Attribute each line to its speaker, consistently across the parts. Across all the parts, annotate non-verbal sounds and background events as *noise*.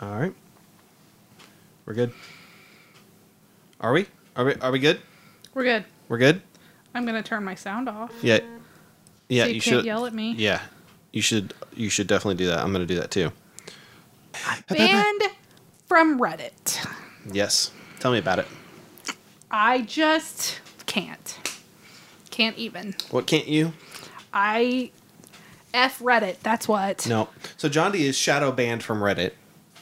Speaker 1: All right. We're good. Are we? Are we? Are we good?
Speaker 2: We're good.
Speaker 1: We're good.
Speaker 2: I'm gonna turn my sound off.
Speaker 1: Yeah. Yeah.
Speaker 2: Uh, so you, can't
Speaker 1: should.
Speaker 2: yell at me. *laughs*
Speaker 1: Yeah. You should. You should definitely do that. I'm gonna do that too.
Speaker 2: Banned from Reddit.
Speaker 1: Yes. Tell me about it.
Speaker 2: I just can't. Can't even.
Speaker 1: What can't you?
Speaker 2: I F Reddit, that's what.
Speaker 1: No. So John D is shadow banned from Reddit.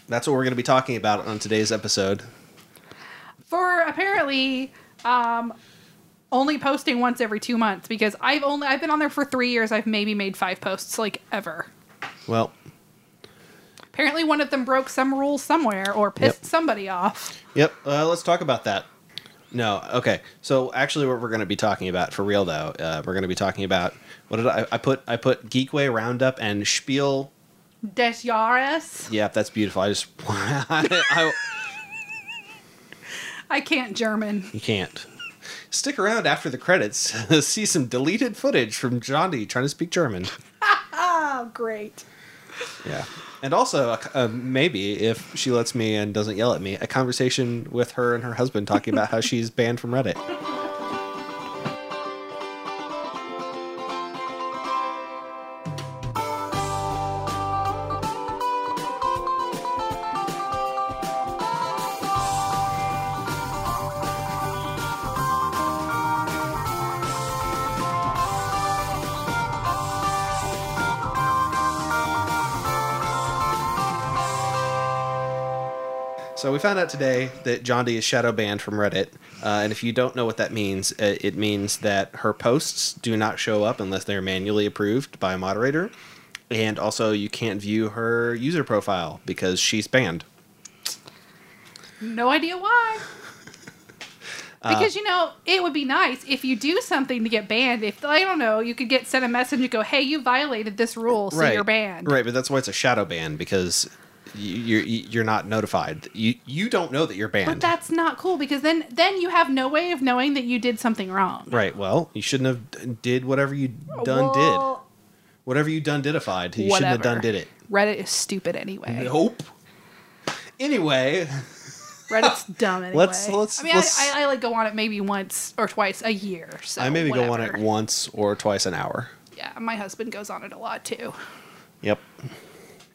Speaker 1: That's what we're gonna be talking about on today's episode.
Speaker 2: For apparently um only posting once every two months because I've only I've been on there for three years, I've maybe made five posts like ever.
Speaker 1: Well,
Speaker 2: Apparently one of them broke some rule somewhere or pissed
Speaker 1: Yep.
Speaker 2: somebody off.
Speaker 1: Yep. Uh, let's talk about that. No. Okay. So actually, what we're going to be talking about for real though, uh, we're going to be talking about what did I, I put? I put Geekway Roundup and Spiel.
Speaker 2: Des Yaris.
Speaker 1: Yep, that's beautiful. I just *laughs* I,
Speaker 2: I can't German.
Speaker 1: you can't stick around after the credits. *laughs* see some deleted footage from Johnny trying to speak German.
Speaker 2: Oh great.
Speaker 1: Yeah. And also, uh, uh, maybe if she lets me and doesn't yell at me, a conversation with her and her husband talking about how she's banned from Reddit. So we found out today that Jondi is shadow banned from Reddit, uh, and if you don't know what that means, uh, it means that her posts do not show up unless they're manually approved by a moderator, and also you can't view her user profile because she's banned.
Speaker 2: No
Speaker 1: *laughs*
Speaker 2: idea why.
Speaker 1: Uh,
Speaker 2: Because you know, it would be nice if you do something to get banned. If I don't know, you could get sent a message and go, "Hey, you violated this rule, so you're banned."
Speaker 1: Right, but that's why it's a shadow ban because you, you're you're not notified. You you don't know that you're banned.
Speaker 2: But that's not cool because then then you have no way of knowing that you did something wrong.
Speaker 1: right. Well, you shouldn't have d- did whatever you done did.
Speaker 2: Well,
Speaker 1: Whatever you done didified, you shouldn't have done
Speaker 2: whatever.
Speaker 1: did it.
Speaker 2: Reddit is stupid anyway.
Speaker 1: Nope. Anyway,
Speaker 2: Reddit's
Speaker 1: *laughs*
Speaker 2: dumb anyway.
Speaker 1: Let's- let's-
Speaker 2: I mean,
Speaker 1: let's-
Speaker 2: I, I, I like go on it maybe once or twice a year. So
Speaker 1: I maybe go on it
Speaker 2: whatever.
Speaker 1: once or twice an hour.
Speaker 2: Yeah, my husband goes on it a lot too,
Speaker 1: Yep.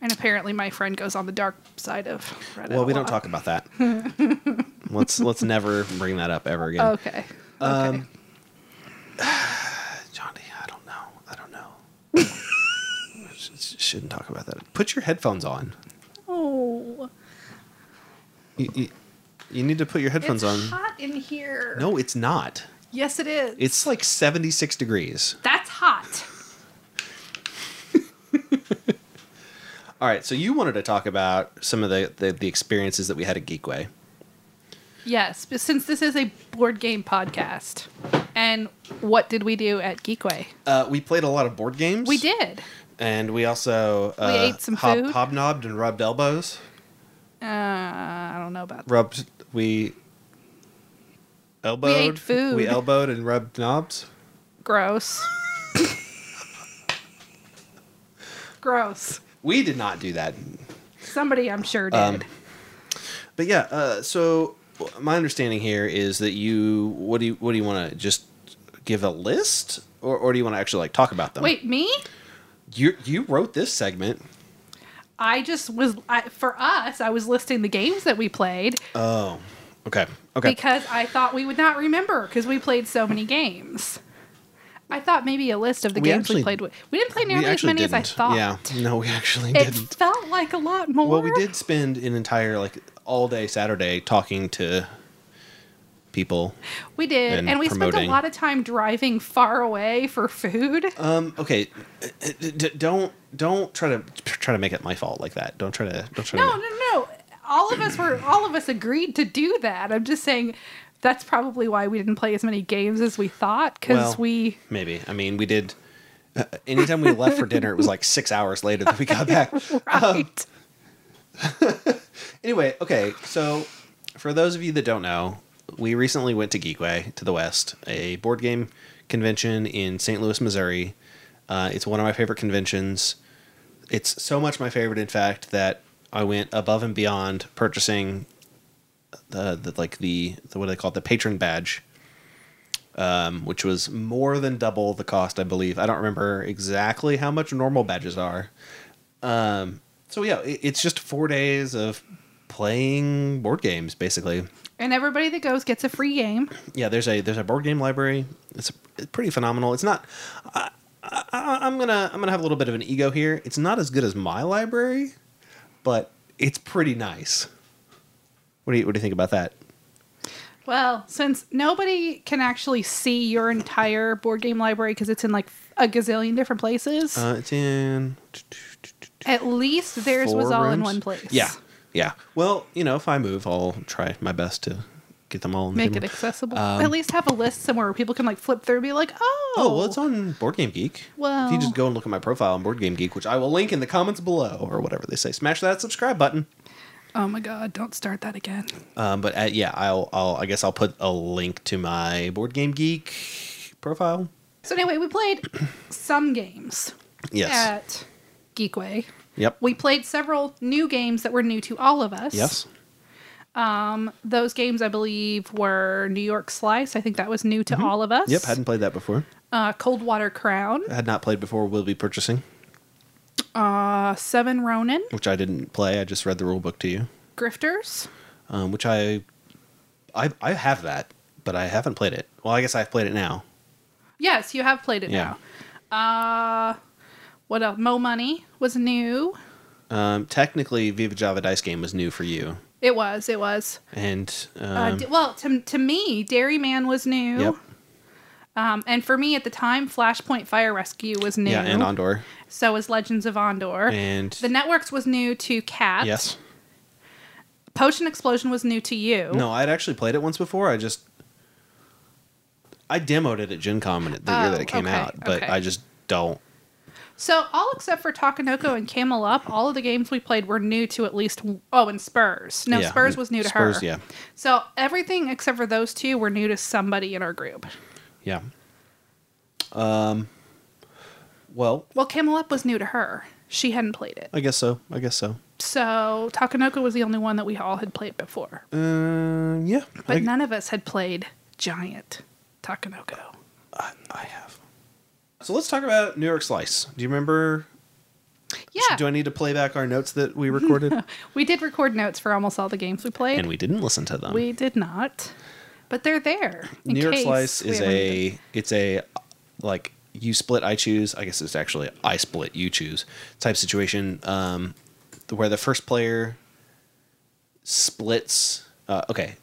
Speaker 2: and apparently my friend goes on the dark side of Reddit.
Speaker 1: Well,
Speaker 2: a
Speaker 1: we don't
Speaker 2: lot.
Speaker 1: talk about
Speaker 2: *laughs*
Speaker 1: that. let's let's never bring that up ever again.
Speaker 2: Okay. Okay.
Speaker 1: Um, Johnny, I don't know. I don't know. Sh- sh- *laughs* Shouldn't talk about that. Put your headphones on.
Speaker 2: oh.
Speaker 1: You, you, you need to put your headphones
Speaker 2: It's
Speaker 1: on.
Speaker 2: hot in here.
Speaker 1: No, it's not.
Speaker 2: Yes, it is.
Speaker 1: It's like 76 degrees.
Speaker 2: that's hot.
Speaker 1: All right, so you wanted to talk about some of the, the, the experiences that we had at Geekway.
Speaker 2: Yes, but since this is a board game podcast, and what did we do at Geekway?
Speaker 1: Uh, we played a lot of board games.
Speaker 2: We did.
Speaker 1: And we also uh,
Speaker 2: ate some
Speaker 1: hob-
Speaker 2: food.
Speaker 1: hobnobbed and rubbed elbows.
Speaker 2: Uh, I don't know about that.
Speaker 1: Rubbed we elbowed.
Speaker 2: food.
Speaker 1: We elbowed and rubbed knobs.
Speaker 2: Gross. Gross.
Speaker 1: We did not do that,
Speaker 2: Somebody, I'm sure, did.
Speaker 1: Um, but yeah. Uh, so my understanding here is that you what do you what do you want to just give a list or, or do you want to actually like talk about them?
Speaker 2: Wait, me?
Speaker 1: you you wrote this segment.
Speaker 2: I just was I, for us. I was listing the games that we played
Speaker 1: Oh, okay, okay.
Speaker 2: because I thought we would not remember because we played so many games. I thought maybe a list of the
Speaker 1: We
Speaker 2: games
Speaker 1: actually-
Speaker 2: we played. with- We didn't play nearly as many as I thought.
Speaker 1: Yeah, no, we actually
Speaker 2: It
Speaker 1: didn't.
Speaker 2: felt like a lot more.
Speaker 1: Well, we did spend an entire like all day Saturday talking to people.
Speaker 2: We did,
Speaker 1: and
Speaker 2: and, we spent
Speaker 1: promoting.
Speaker 2: a lot of time driving far away for food.
Speaker 1: Um, okay, d- d- don't don't try to try to make it my fault like that. Don't try to don't try
Speaker 2: no,
Speaker 1: to.
Speaker 2: no, no. All of us were. All of us agreed to do that. I'm just saying, that's probably why we didn't play as many games as we thought because
Speaker 1: Well,
Speaker 2: we.
Speaker 1: maybe. I mean, we did. Uh, anytime we left for dinner, it was like six hours later that we got back.
Speaker 2: *laughs* Right.
Speaker 1: Anyway, okay, so for those of you that don't know, we recently went to Geekway to the West, a board game convention in St. Louis, Missouri. Uh, it's one of my favorite conventions. It's so much my favorite, in fact, that I went above and beyond purchasing the, the like the, the what do they call it? the patron badge, um, which was more than double the cost, I believe. I don't remember exactly how much normal badges are. Um, so yeah, it, it's just four days of playing board games basically.
Speaker 2: And everybody that goes gets a free game.
Speaker 1: Yeah, there's a there's a board game library. It's pretty phenomenal. It's not. I, I, I'm gonna I'm gonna have a little bit of an ego here. It's not as good as my library, but it's pretty nice. What do you what do you think about that?
Speaker 2: Well, since nobody can actually see your entire board game library because it's in like a gazillion different places,
Speaker 1: Uh, it's in
Speaker 2: at least theirs
Speaker 1: four
Speaker 2: was all in
Speaker 1: rooms?
Speaker 2: one place.
Speaker 1: Yeah, yeah. Well, you know, if I move, I'll try my best to get them all. In the
Speaker 2: Make
Speaker 1: same
Speaker 2: it
Speaker 1: room.
Speaker 2: accessible.
Speaker 1: Um,
Speaker 2: at least have a list somewhere where people can like flip through and be like, oh.
Speaker 1: Oh well, it's on Board Game Geek. if you
Speaker 2: Well-
Speaker 1: just go and look at my profile on Board Game Geek, which I will link in the comments below or whatever they say, smash that subscribe button.
Speaker 2: Oh my God, don't start that again.
Speaker 1: Um, but uh, yeah, I'll, I'll I guess I'll put a link to my Board Game Geek profile.
Speaker 2: So, anyway, we
Speaker 1: *clears throat*
Speaker 2: played some games
Speaker 1: Yes.
Speaker 2: at Geekway.
Speaker 1: yep.
Speaker 2: We played several new games that were new to all of us.
Speaker 1: yes.
Speaker 2: Um, those games, I believe, were New York Slice. I think that was new to all of us.
Speaker 1: Mm-hmm. Yep. Hadn't played that before.
Speaker 2: uh, Coldwater Crown,
Speaker 1: Had not played before. Will be purchasing,
Speaker 2: uh, Seven Ronin,
Speaker 1: which I didn't play. I just read the rule book to you,
Speaker 2: Grifters.
Speaker 1: um, which I, I I have that, but I haven't played it. Well, I guess I've played it now.
Speaker 2: Yes, you have played it
Speaker 1: Yeah.
Speaker 2: now. Uh, what else? Mo Money was new.
Speaker 1: Um, technically, Viva Java Dice Game was new for you,
Speaker 2: It was. It was.
Speaker 1: and um,
Speaker 2: uh, d- well, to, to me, Dairy Man was new.
Speaker 1: Yep.
Speaker 2: Um, and for me at the time, Flashpoint Fire Rescue was new.
Speaker 1: yeah, and Ondor,
Speaker 2: so was Legends of Ondor.
Speaker 1: and
Speaker 2: the Networks was new to Cat.
Speaker 1: yes,
Speaker 2: Potion Explosion was new to you.
Speaker 1: no, I'd actually played it once before. I just I demoed it at Gen Con when it, the year
Speaker 2: Oh,
Speaker 1: that it came
Speaker 2: okay,
Speaker 1: out, but
Speaker 2: okay.
Speaker 1: I just don't.
Speaker 2: So all except for Takanoko and Camel Up, all of the games we played were new to at least oh, and Spurs. No,
Speaker 1: Yeah,
Speaker 2: Spurs was new to
Speaker 1: Spurs,
Speaker 2: her.
Speaker 1: yeah.
Speaker 2: So everything except for those two were new to somebody in our group.
Speaker 1: Yeah. Um. Well,
Speaker 2: Well, Camel Up was new to her. She hadn't played it.
Speaker 1: I guess so. I guess so.
Speaker 2: So Takanoko was the only one that we all had played before.
Speaker 1: Um. Yeah.
Speaker 2: But
Speaker 1: I,
Speaker 2: none of us had played Giant Takanoko.
Speaker 1: I, I have. So let's talk about New York Slice. Do you remember?
Speaker 2: Yeah.
Speaker 1: Do I need to play back our notes that we
Speaker 2: *laughs*
Speaker 1: recorded?
Speaker 2: we did record notes for almost all the games we played.
Speaker 1: and we didn't listen to them.
Speaker 2: We did not. But they're there. in
Speaker 1: New York
Speaker 2: case
Speaker 1: Slice
Speaker 2: we
Speaker 1: is
Speaker 2: ever need
Speaker 1: a it's a like you split I choose. I guess it's actually I split you choose type situation um where the first player splits uh okay.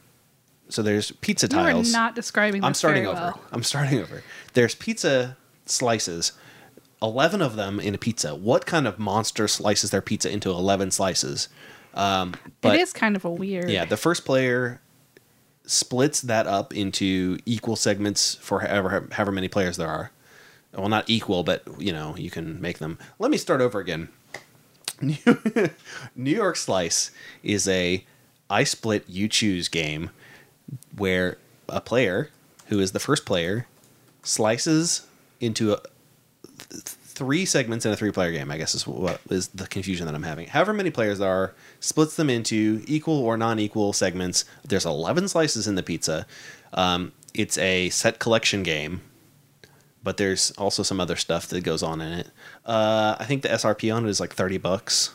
Speaker 1: So there's pizza
Speaker 2: them. You are
Speaker 1: tiles.
Speaker 2: not describing this
Speaker 1: I'm starting
Speaker 2: very
Speaker 1: over.
Speaker 2: well.
Speaker 1: I'm starting over. There's pizza slices. 11 of them in a pizza. What kind of monster slices their pizza into 11 slices? Um but
Speaker 2: it is kind of a weird.
Speaker 1: yeah, the first player splits that up into equal segments for however however many players there are. Well, not equal, but you know you can make them. Let me start over again. *laughs* New New York Slice is a I split you choose game where a player who is the first player slices into a, three segments in a three player game, I guess is what is the confusion that I'm having. However many players there are, splits them into equal or non equal segments. There's 11 slices in the pizza. Um, it's a set collection game, but there's also some other stuff that goes on in it. Uh, I think the SRP on it is like 30 bucks.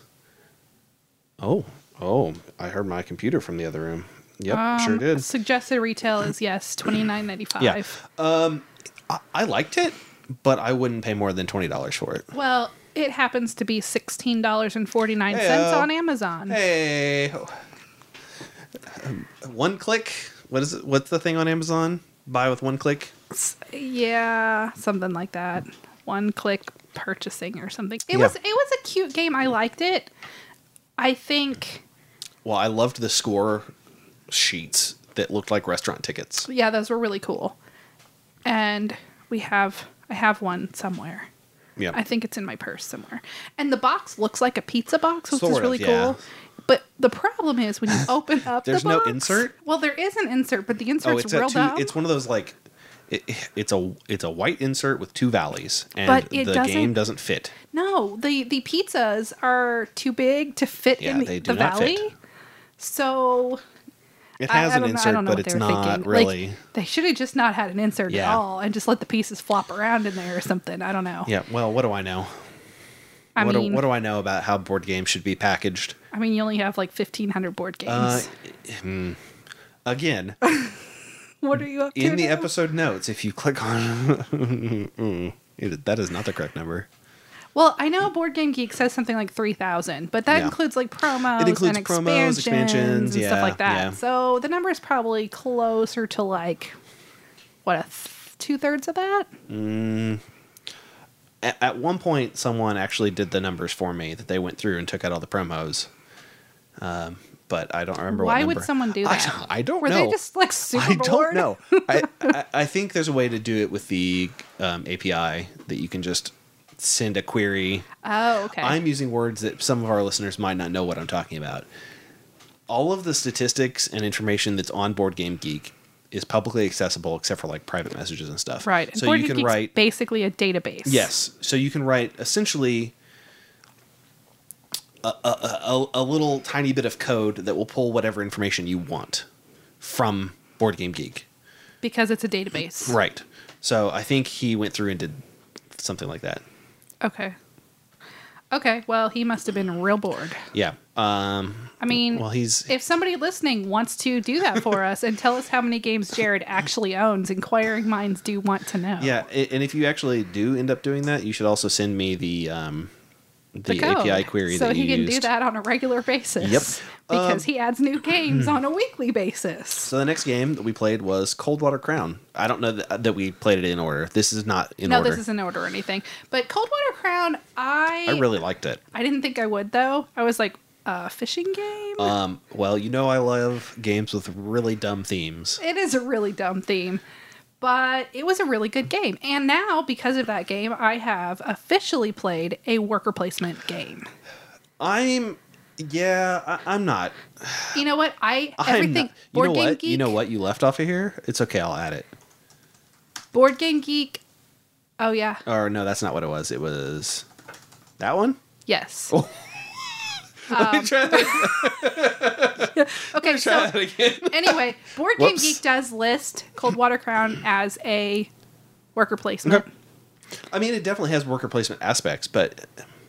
Speaker 1: Oh, oh, I heard my computer from the other room. Yep, sure
Speaker 2: Um,
Speaker 1: did.
Speaker 2: Suggested retail is yes, twenty nine ninety five.
Speaker 1: Yeah. Um, I, I liked it, but I wouldn't pay more than $20 for it.
Speaker 2: Well, it happens to be sixteen dollars and forty nine cents
Speaker 1: Heyo.
Speaker 2: on Amazon.
Speaker 1: Hey, Um, one click. What is it? What's the thing on Amazon? Buy with one click.
Speaker 2: S- Yeah, something like that. One click purchasing or something. It
Speaker 1: Yeah.
Speaker 2: was it was a cute game. I liked it. I think
Speaker 1: Well, I loved the score sheets that looked like restaurant tickets.
Speaker 2: yeah, those were really cool. And we have I have one somewhere.
Speaker 1: Yeah,
Speaker 2: I think it's in my purse somewhere. And the box looks like a pizza box, which
Speaker 1: Sort
Speaker 2: is
Speaker 1: of,
Speaker 2: really
Speaker 1: yeah.
Speaker 2: cool. But the problem
Speaker 1: *laughs*
Speaker 2: is when you open up
Speaker 1: There's
Speaker 2: the
Speaker 1: no
Speaker 2: box-
Speaker 1: insert?
Speaker 2: Well, there is an insert, but the
Speaker 1: oh,
Speaker 2: insert's
Speaker 1: it's
Speaker 2: real
Speaker 1: at two.
Speaker 2: dumb.
Speaker 1: It's one of those like. it, it's a it's a white insert with two valleys, and
Speaker 2: But
Speaker 1: the
Speaker 2: it doesn't-
Speaker 1: game doesn't fit.
Speaker 2: No, the the pizzas are too big to fit
Speaker 1: Yeah,
Speaker 2: in the,
Speaker 1: they do
Speaker 2: the
Speaker 1: not
Speaker 2: valley.
Speaker 1: fit.
Speaker 2: So
Speaker 1: It
Speaker 2: I-
Speaker 1: has
Speaker 2: I,
Speaker 1: an
Speaker 2: don't know, I
Speaker 1: insert,
Speaker 2: don't know
Speaker 1: but
Speaker 2: what
Speaker 1: it's
Speaker 2: they were
Speaker 1: not
Speaker 2: thinking. Like,
Speaker 1: really.
Speaker 2: they should have just not had an insert
Speaker 1: Yeah.
Speaker 2: at all and just let the pieces flop around in there or something. I don't know.
Speaker 1: yeah. Well, what do I know?
Speaker 2: I
Speaker 1: what,
Speaker 2: mean,
Speaker 1: do, what do I know about how board games should be packaged?
Speaker 2: I mean, you only have like fifteen hundred board games.
Speaker 1: Uh, hmm.
Speaker 2: *laughs*
Speaker 1: Again,
Speaker 2: what are you up to?
Speaker 1: in the
Speaker 2: now?
Speaker 1: episode notes, if you click on, *laughs* Mm, it- that is not the correct number.
Speaker 2: Well, I know Board Game Geek says something like three thousand, but that
Speaker 1: Yeah.
Speaker 2: includes like promos,
Speaker 1: It includes
Speaker 2: and
Speaker 1: promos,
Speaker 2: expansions,
Speaker 1: expansions,
Speaker 2: and
Speaker 1: yeah,
Speaker 2: stuff like that.
Speaker 1: yeah.
Speaker 2: So the number is probably closer to like what a th- two thirds of that.
Speaker 1: At, at one point, someone actually did the numbers for me that they went through and took out all the promos. Um, but I don't remember.
Speaker 2: Why
Speaker 1: what
Speaker 2: would
Speaker 1: number.
Speaker 2: someone do
Speaker 1: I
Speaker 2: that?
Speaker 1: don't- I, don't
Speaker 2: Were
Speaker 1: know.
Speaker 2: they just like super
Speaker 1: *laughs* I don't
Speaker 2: bored? *laughs*
Speaker 1: know. I, I I think there's a way to do it with the um, API that you can just send a query
Speaker 2: Oh, okay.
Speaker 1: I'm using words that some of our listeners might not know what I'm talking about. All of the statistics and information that's on Board Game Geek is publicly accessible except for like private messages and stuff.
Speaker 2: right. And
Speaker 1: So
Speaker 2: Board
Speaker 1: you
Speaker 2: Game
Speaker 1: can
Speaker 2: Geek's
Speaker 1: write
Speaker 2: basically a database.
Speaker 1: Yes. So you can write essentially a, a, a, a little tiny bit of code that will pull whatever information you want from Board Game Geek.
Speaker 2: because it's a database.
Speaker 1: Right. So I think he went through and did something like that.
Speaker 2: Okay. Okay. Well, he must have been real bored.
Speaker 1: Yeah. Um,
Speaker 2: I mean,
Speaker 1: well, he's
Speaker 2: if somebody listening wants to do that for us and tell us how many games Jared actually owns, inquiring minds do want to know.
Speaker 1: Yeah, a- and if you actually do end up doing that, you should also send me the um, the,
Speaker 2: code,
Speaker 1: API query
Speaker 2: so
Speaker 1: that you
Speaker 2: he can
Speaker 1: used.
Speaker 2: do that on a regular basis.
Speaker 1: Yep. Um, hmm.
Speaker 2: Because he adds new games on a weekly basis.
Speaker 1: So the next game that we played was Coldwater Crown. I don't know that, that we played it in order. This is not in
Speaker 2: no,
Speaker 1: order.
Speaker 2: this isn't order or anything. But Coldwater Crown, I
Speaker 1: I really liked it.
Speaker 2: I didn't think I would though. I was like, uh, fishing game?
Speaker 1: Um, well, you know I love games with really dumb themes.
Speaker 2: it is a really dumb theme, but it was a really good game. And now, because of that game, I have officially played a worker placement game.
Speaker 1: I'm yeah, I, I'm not.
Speaker 2: You know what? I
Speaker 1: I'm
Speaker 2: everything
Speaker 1: not. You
Speaker 2: board
Speaker 1: know
Speaker 2: game
Speaker 1: what?
Speaker 2: geek.
Speaker 1: You know what? You left off of here. It's okay. I'll add it.
Speaker 2: Board game geek. Oh yeah.
Speaker 1: Or no, that's not what it was. It was that one. *laughs*
Speaker 2: Yes.
Speaker 1: Oh. Let me try that,
Speaker 2: okay.
Speaker 1: try *laughs*
Speaker 2: Um, So
Speaker 1: that again.
Speaker 2: anyway, board game
Speaker 1: Whoops.
Speaker 2: geek does list Coldwater Crown as a worker placement.
Speaker 1: Okay. I mean, it definitely has worker placement aspects, but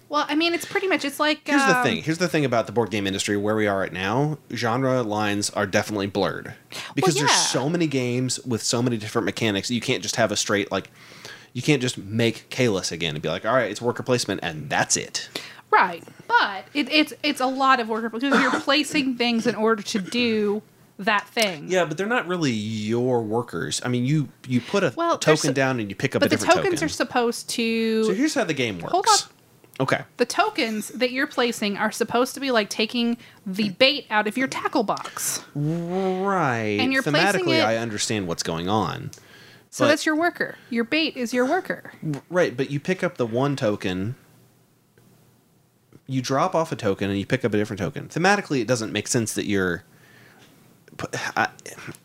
Speaker 2: Well, I mean, it's pretty much it's like
Speaker 1: here's the
Speaker 2: um,
Speaker 1: thing. Here's the thing about the board game industry where we are right now. Genre lines are definitely blurred because
Speaker 2: yeah.
Speaker 1: there's so many games with so many different mechanics. You can't just have a straight like. You can't just make Kalis again and be like, all right, it's worker placement and that's it.
Speaker 2: Right, but it, it's it's a lot of order because you're placing things in order to do that thing.
Speaker 1: Yeah, but they're not really your workers. I mean, you you put a
Speaker 2: Well, there's
Speaker 1: token
Speaker 2: so-
Speaker 1: down and you pick up a
Speaker 2: But the
Speaker 1: different
Speaker 2: tokens
Speaker 1: token.
Speaker 2: are supposed to
Speaker 1: so here's how the game works.
Speaker 2: Hold up.
Speaker 1: Okay.
Speaker 2: the tokens that you're placing are supposed to be like taking the bait out of your tackle box.
Speaker 1: Right.
Speaker 2: And you're placing
Speaker 1: Thematically,
Speaker 2: it-
Speaker 1: I understand what's going on.
Speaker 2: So
Speaker 1: But-
Speaker 2: that's your worker. Your bait is your worker.
Speaker 1: Right, but you pick up the one token. You drop off a token and you pick up a different token. Thematically, it doesn't make sense that you're. p- I-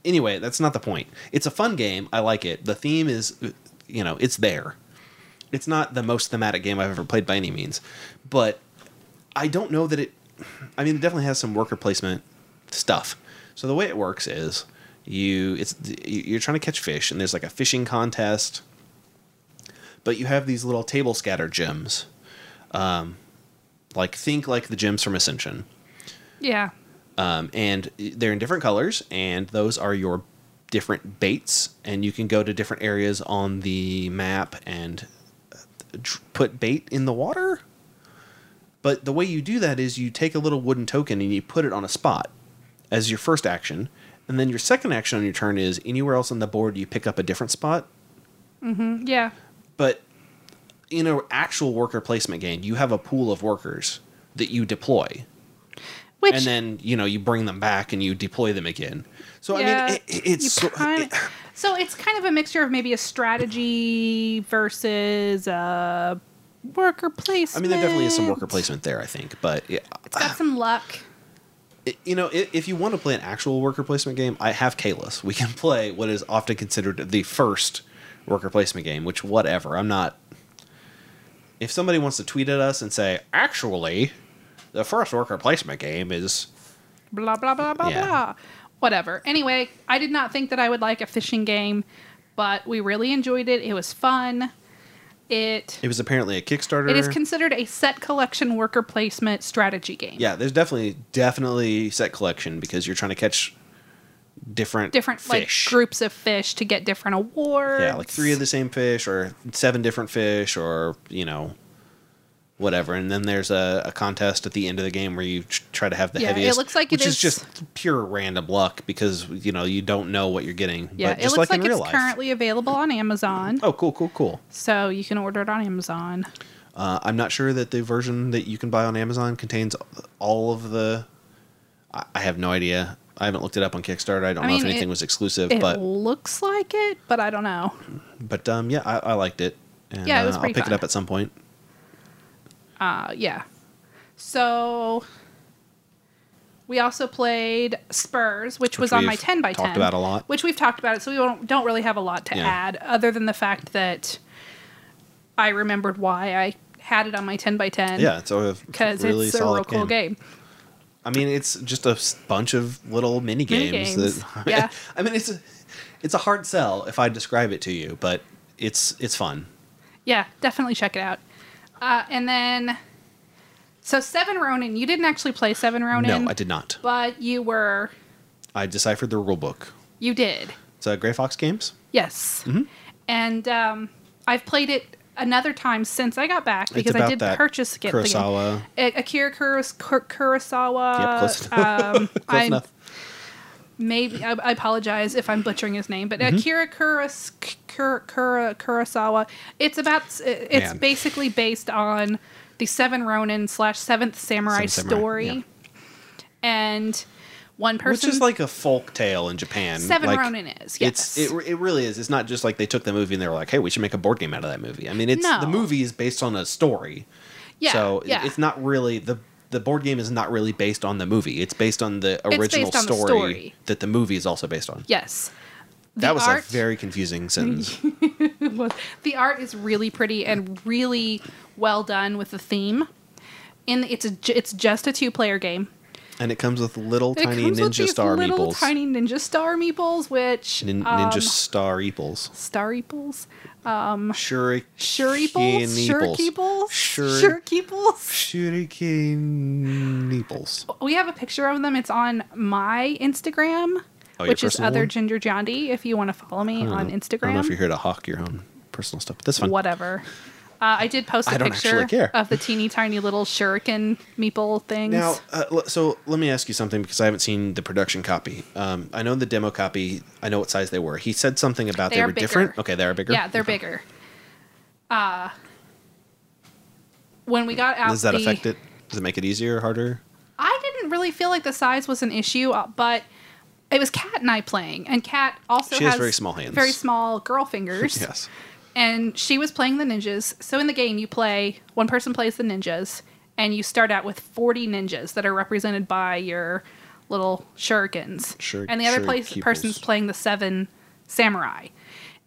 Speaker 1: Anyway, that's not the point. It's a fun game. I like it. The theme is, you know, it's there. It's not the most thematic game I've ever played by any means, but I don't know that it. I mean, it definitely has some worker placement stuff. So the way it works is you it's you're trying to catch fish and there's like a fishing contest but you have these little table scatter gems. Um, like think like the gems from Ascension,
Speaker 2: Yeah.
Speaker 1: um, and they're in different colors, and those are your different baits, and you can go to different areas on the map and uh, tr- put bait in the water. But the way you do that is you take a little wooden token and you put it on a spot as your first action, and then your second action on your turn is anywhere else on the board you pick up a different spot
Speaker 2: Yeah.
Speaker 1: but in an actual worker placement game, you have a pool of workers that you deploy,
Speaker 2: Which
Speaker 1: and then you know you bring them back and you deploy them again. So I
Speaker 2: yeah,
Speaker 1: mean, it, it's
Speaker 2: you
Speaker 1: so,
Speaker 2: kind- so it's kind of a mixture of maybe a strategy versus a worker placement.
Speaker 1: I mean, there definitely is some worker placement there, I think, but yeah,
Speaker 2: It's got some luck.
Speaker 1: it- you know, i- if you *laughs* want to play an actual worker placement game, I have Kalos. We can play what is often considered the first worker placement game, which whatever. I'm not. If somebody wants to tweet at us and say, actually, the first worker placement game is
Speaker 2: blah blah blah blah
Speaker 1: Yeah.
Speaker 2: blah. Whatever. Anyway, I did not think that I would like a fishing game, but we really enjoyed it. It was fun. It
Speaker 1: it was apparently a Kickstarter.
Speaker 2: it is considered a set collection worker placement strategy game.
Speaker 1: yeah, there's definitely definitely set collection because you're trying to catch different
Speaker 2: Different
Speaker 1: fish.
Speaker 2: like groups of fish to get different awards.
Speaker 1: Yeah, like three of the same fish or seven different fish or, you know, whatever. And then there's a, a contest at the end of the game where you tr- try to have the
Speaker 2: Yeah, it
Speaker 1: heaviest.
Speaker 2: looks like it
Speaker 1: Which is,
Speaker 2: is-
Speaker 1: just pure random luck because, you know, you don't know what you're getting.
Speaker 2: Yeah,
Speaker 1: but just
Speaker 2: it looks like,
Speaker 1: in real
Speaker 2: it's
Speaker 1: life.
Speaker 2: currently available on Amazon,
Speaker 1: Oh, cool, cool, cool.
Speaker 2: so you can order it on Amazon.
Speaker 1: Uh, I'm not sure that the version that you can buy on Amazon contains all of the. I, I have no idea. I haven't looked it up on Kickstarter. I don't
Speaker 2: I
Speaker 1: know if
Speaker 2: mean, it-
Speaker 1: anything was exclusive,
Speaker 2: It
Speaker 1: but
Speaker 2: looks like it, but I don't know.
Speaker 1: but um, yeah, I, I liked it. And,
Speaker 2: Yeah, it was
Speaker 1: uh, I'll
Speaker 2: pretty
Speaker 1: pick
Speaker 2: fun.
Speaker 1: it up at some point.
Speaker 2: Uh, yeah. So we also played Spurs, which, was
Speaker 1: Which
Speaker 2: on my
Speaker 1: we've
Speaker 2: ten by ten.
Speaker 1: talked about a lot.
Speaker 2: Which we've talked about it, so we don't don't really have a lot to
Speaker 1: Yeah.
Speaker 2: add other than the fact that I remembered why I had it on my ten by ten.
Speaker 1: Yeah, it's a
Speaker 2: Because
Speaker 1: really
Speaker 2: it's a
Speaker 1: solid
Speaker 2: real cool game.
Speaker 1: I mean, it's just a s- bunch of little mini games.
Speaker 2: Mini-games,
Speaker 1: That, *laughs*
Speaker 2: yeah.
Speaker 1: I mean, it's a, it's a hard sell if I describe it to you, but it's it's fun.
Speaker 2: Yeah, definitely check it out. Uh, and then, so Seven Ronin, you didn't actually play Seven Ronin.
Speaker 1: No, I did not.
Speaker 2: But you were,
Speaker 1: I deciphered the rule book.
Speaker 2: you did.
Speaker 1: It's uh, Gray Fox Games.
Speaker 2: Yes.
Speaker 1: Mm-hmm.
Speaker 2: And um, I've played it another time since I got back because
Speaker 1: about
Speaker 2: I did
Speaker 1: that
Speaker 2: purchase it.
Speaker 1: Kurosawa.
Speaker 2: The game. A- Akira Kuros- Kur- Kurosawa.
Speaker 1: Yep, close *laughs*
Speaker 2: um,
Speaker 1: Close
Speaker 2: I'm-
Speaker 1: enough.
Speaker 2: Maybe I, I apologize if I'm butchering his name,
Speaker 1: Mm-hmm.
Speaker 2: but Akira Kuros, Kur, Kur, Kurosawa. It's about it's
Speaker 1: Man.
Speaker 2: basically based on the Seven Ronin slash Seventh Samurai
Speaker 1: Seven Samurai,
Speaker 2: story,
Speaker 1: yeah.
Speaker 2: and one
Speaker 1: Which
Speaker 2: person
Speaker 1: is like a folk tale in Japan.
Speaker 2: Seven
Speaker 1: like,
Speaker 2: Ronin is yes.
Speaker 1: It's it, re- it really is. It's not just like they took the movie and they were like, "Hey, we should make a board game out of that movie." I mean, it's
Speaker 2: No.
Speaker 1: the movie is based on a story.
Speaker 2: yeah,
Speaker 1: so it-
Speaker 2: yeah.
Speaker 1: it's not really the the board game is not really based on the movie. It's based on the original
Speaker 2: based on the
Speaker 1: story,
Speaker 2: story.
Speaker 1: that the movie is also based on.
Speaker 2: yes.
Speaker 1: that
Speaker 2: The
Speaker 1: was
Speaker 2: art-
Speaker 1: a very confusing
Speaker 2: *laughs*
Speaker 1: sentence.
Speaker 2: was- the art is really pretty and really well done with the theme. And it's a, ju- it's just a two player game.
Speaker 1: and it comes with little tiny
Speaker 2: it comes with
Speaker 1: ninja
Speaker 2: these
Speaker 1: star
Speaker 2: little
Speaker 1: meeples.
Speaker 2: tiny ninja star meeples, which
Speaker 1: Nin-
Speaker 2: um,
Speaker 1: ninja star eeples.
Speaker 2: star meeples, um,
Speaker 1: Shuriken
Speaker 2: shuriples, shurikeeples,
Speaker 1: Shuri-
Speaker 2: shurikeeples.
Speaker 1: Shuriken eeples.
Speaker 2: We have a picture of them. It's on my Instagram,
Speaker 1: Oh, your
Speaker 2: which is
Speaker 1: personal
Speaker 2: other
Speaker 1: one?
Speaker 2: Ginger Jondi. If you want to follow me on Instagram,
Speaker 1: I don't know if you're here to hawk your own personal stuff, but that's fine.
Speaker 2: whatever. Uh, I did post a
Speaker 1: I don't
Speaker 2: picture
Speaker 1: actually care.
Speaker 2: of the teeny tiny little shuriken meeple things.
Speaker 1: Now, uh, l- so let me ask you something because I haven't seen the production copy. Um, I know the demo copy. I know what size they were. He said something about
Speaker 2: They
Speaker 1: they,
Speaker 2: are
Speaker 1: were different.
Speaker 2: bigger.
Speaker 1: Okay, they are bigger.
Speaker 2: Yeah, they're bigger. Uh, when we got out,
Speaker 1: Does that
Speaker 2: the,
Speaker 1: affect it? Does it make it easier or harder?
Speaker 2: I didn't really feel like the size was an issue, uh, but it was Kat and I playing, and Kat also
Speaker 1: She has very small hands.
Speaker 2: very small girl
Speaker 1: *laughs*
Speaker 2: fingers.
Speaker 1: Yes.
Speaker 2: and she was playing the ninjas. So in the game, you play one person plays the ninjas, and you start out with forty ninjas that are represented by your little shurikens,
Speaker 1: Shur-
Speaker 2: and the other place,
Speaker 1: shurikeeples.
Speaker 2: person's playing the seven samurai,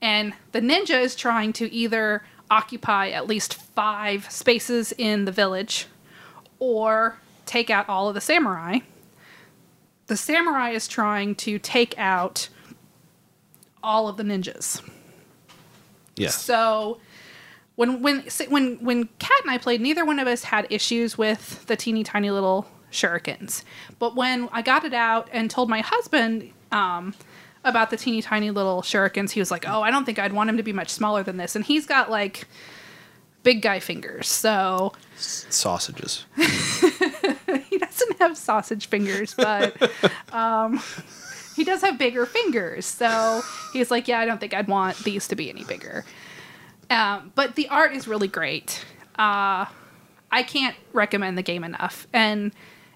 Speaker 2: and the ninja is trying to either occupy at least five spaces in the village, or take out all of the samurai. The samurai is trying to take out all of the ninjas.
Speaker 1: Yes.
Speaker 2: So when when when when Kat and I played, neither one of us had issues with the teeny tiny little shurikens. But when I got it out and told my husband um, about the teeny tiny little shurikens, he was like, "Oh, I don't think I'd want him to be much smaller than this." And he's got like big guy fingers, so
Speaker 1: Sausages.
Speaker 2: *laughs* he doesn't have sausage fingers, but um, he does have bigger fingers. So he's like, yeah, I don't think I'd want these to be any bigger. Um, but the art is really great. Uh, I can't recommend the game enough. And,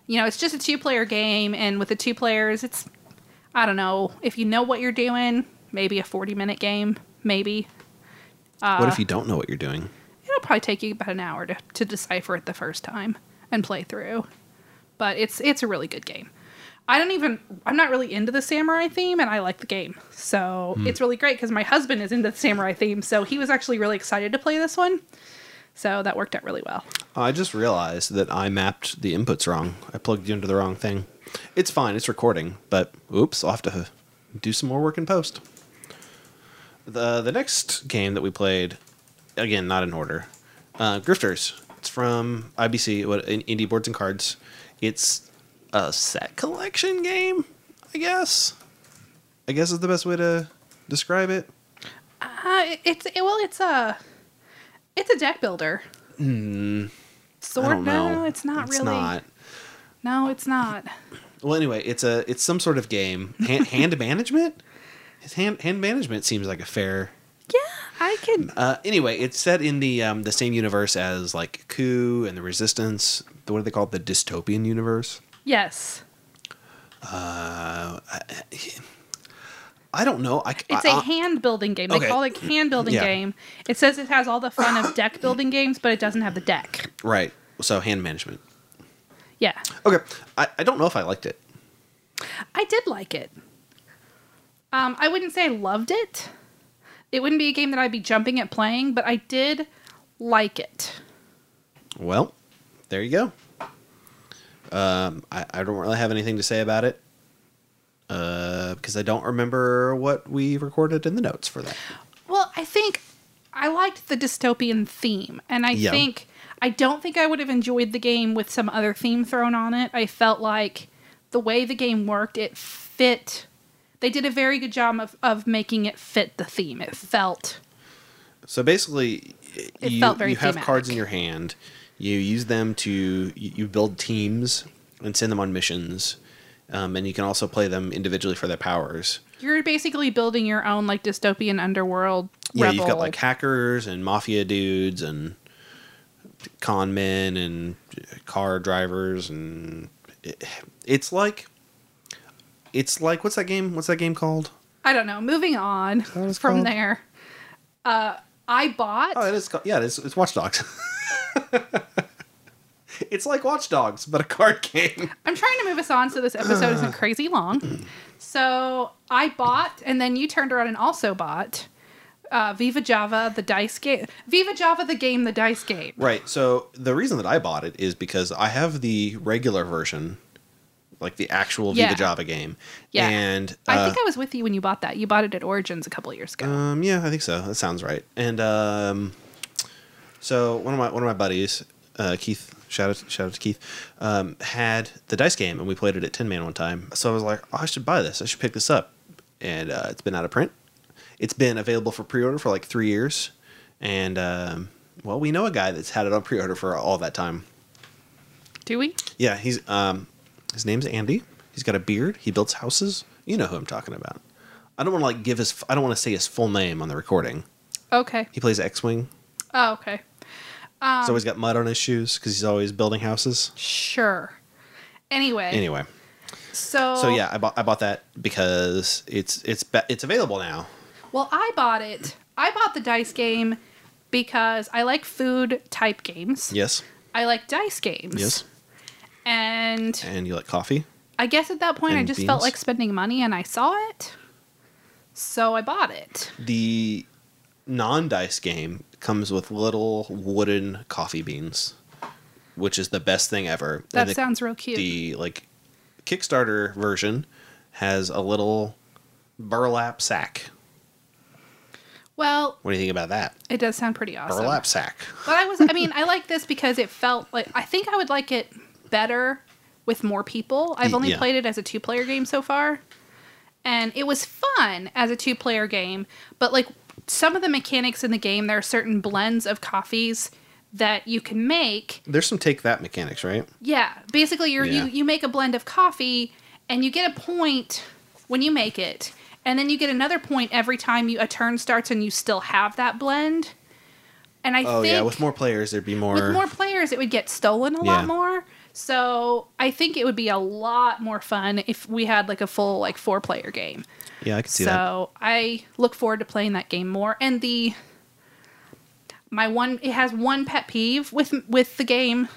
Speaker 2: you know, it's just a two player game. And with the two players, it's, I don't know, if you know what you're doing, maybe a 40 minute game, maybe. Uh,
Speaker 1: what if you don't know what you're doing?
Speaker 2: It'll probably take you about an hour to, to decipher it the first time and play through. But it's it's a really good game. I don't even I'm not really into the samurai theme and I like the game. So
Speaker 1: Hmm.
Speaker 2: it's really great because my husband is into the samurai theme, so he was actually really excited to play this one. So that worked out really well.
Speaker 1: I just realized that I mapped the inputs wrong. I plugged you into the wrong thing. It's fine, it's recording, but oops, I'll have to do some more work in post. The the next game that we played, again, not in order, uh, Grifters. It's from IBC, what in- Indie Boards and Cards. It's a set collection game, I guess. I guess is the best way to describe it.
Speaker 2: Uh, it- it's it, well, it's a it's a deck builder. Sort
Speaker 1: Hmm. I don't know.
Speaker 2: no, it's not really.
Speaker 1: not.
Speaker 2: No, it's not.
Speaker 1: Well, anyway, it's a it's some sort of game. Hand, hand management. His hand hand management seems like a fair.
Speaker 2: Yeah, I can.
Speaker 1: Uh, anyway, it's set in the um, the same universe as like Coup and the Resistance. The, what do they call it? The dystopian universe.
Speaker 2: Yes,
Speaker 1: I don't know. I,
Speaker 2: it's
Speaker 1: a
Speaker 2: a hand building game. They
Speaker 1: okay.
Speaker 2: call it hand building
Speaker 1: Yeah.
Speaker 2: game. It says it has all the fun of deck building games, but it doesn't have the deck.
Speaker 1: right. So hand management.
Speaker 2: Yeah,
Speaker 1: Okay, I, I don't know if I liked it.
Speaker 2: I did like it. Um, I wouldn't say I loved it. It wouldn't be a game that I'd be jumping at playing, but I did like it.
Speaker 1: Well, there you go. Um, I, I don't really have anything to say about it uh, because I don't remember what we recorded in the notes for that.
Speaker 2: Well, I think I liked the dystopian theme, and I
Speaker 1: Yeah.
Speaker 2: think I don't think I would have enjoyed the game with some other theme thrown on it. I felt like the way the game worked, it fit. They did a very good job of, of making it fit the theme. It felt
Speaker 1: So basically, y-
Speaker 2: It
Speaker 1: you,
Speaker 2: felt very
Speaker 1: you have cards in
Speaker 2: thematic.
Speaker 1: your hand. You use them to you you build teams and send them on missions, um, and you can also play them individually for their powers.
Speaker 2: you're basically building your own like dystopian underworld.
Speaker 1: Yeah,
Speaker 2: rebel.
Speaker 1: you've got like hackers and mafia dudes and con men and car drivers and it, it's like it's like what's that game? What's that game called?
Speaker 2: I don't know. Moving on
Speaker 1: what it's
Speaker 2: from
Speaker 1: called?
Speaker 2: there, uh, I bought.
Speaker 1: Oh, it is. ca- Yeah, it's, it's Watch Dogs. *laughs* it's like Watch Dogs, but a card *laughs* game.
Speaker 2: I'm trying to move us on so this episode
Speaker 1: *sighs*
Speaker 2: isn't crazy long. So I bought, and then you turned around and also bought uh, Viva Java, the dice game. Viva Java, the game, the dice game.
Speaker 1: Right. So the reason that I bought it is because I have the regular version, like the actual
Speaker 2: Yeah.
Speaker 1: Viva Java game.
Speaker 2: Yeah.
Speaker 1: And
Speaker 2: I
Speaker 1: uh,
Speaker 2: think I was with you when you bought that. You bought it at Origins a couple years ago.
Speaker 1: Um, yeah, I think so. That sounds right. And um, so one of my one of my buddies, uh, Keith, shout out shout out to Keith, um, had the dice game, and we played it at Tin Man one time. So I was like, oh, I should buy this. I should pick this up. And uh, it's been out of print. It's been available for pre order for like three years, and um, well, we know a guy that's had it on pre order for all that time.
Speaker 2: Do we?
Speaker 1: Yeah, he's um, his name's Andy. He's got a beard. He builds houses. You know who I'm talking about. I don't want to like give his. I don't want to say his full name on the recording.
Speaker 2: Okay.
Speaker 1: He plays X-wing.
Speaker 2: Oh, okay.
Speaker 1: he's always got mud on his shoes because he's always building houses.
Speaker 2: Sure. Anyway.
Speaker 1: Anyway,
Speaker 2: So.
Speaker 1: so yeah, I bought I bought that because it's it's ba- it's available now.
Speaker 2: Well, I bought it. I bought the dice game because I like food type games.
Speaker 1: Yes,
Speaker 2: I like dice games.
Speaker 1: yes.
Speaker 2: And
Speaker 1: And you like coffee?
Speaker 2: I guess at that point I
Speaker 1: And
Speaker 2: just felt
Speaker 1: beans.
Speaker 2: like spending money and I saw it. So I bought it.
Speaker 1: The non-dice game comes with little wooden coffee beans, which is the best thing ever.
Speaker 2: That
Speaker 1: And the-
Speaker 2: sounds real cute.
Speaker 1: the like Kickstarter version has a little burlap sack.
Speaker 2: well,
Speaker 1: What do you think about that?
Speaker 2: it does sound pretty awesome.
Speaker 1: Burlap sack.
Speaker 2: But I was I mean, I like this because it felt like I think I would like it better with more people. I've
Speaker 1: Y-
Speaker 2: only
Speaker 1: yeah.
Speaker 2: played it as a two-player game so far. And it was fun as a two-player game, but like some of the mechanics in the game, there are certain blends of coffees that you can make
Speaker 1: There's some take that mechanics, right?
Speaker 2: Yeah, basically, you're,
Speaker 1: Yeah.
Speaker 2: you you make a blend of coffee, and you get a point when you make it, and then you get another point every time you a turn starts and you still have that blend. And I
Speaker 1: Oh
Speaker 2: think
Speaker 1: yeah, with more players there'd be more.
Speaker 2: with more players, it would get stolen a
Speaker 1: Yeah.
Speaker 2: lot more. So I think it would be a lot more fun if we had like a full like four player game.
Speaker 1: *laughs* yeah, I can see that.
Speaker 2: So I look forward to playing that game more. And the my one it has one pet peeve with with the game.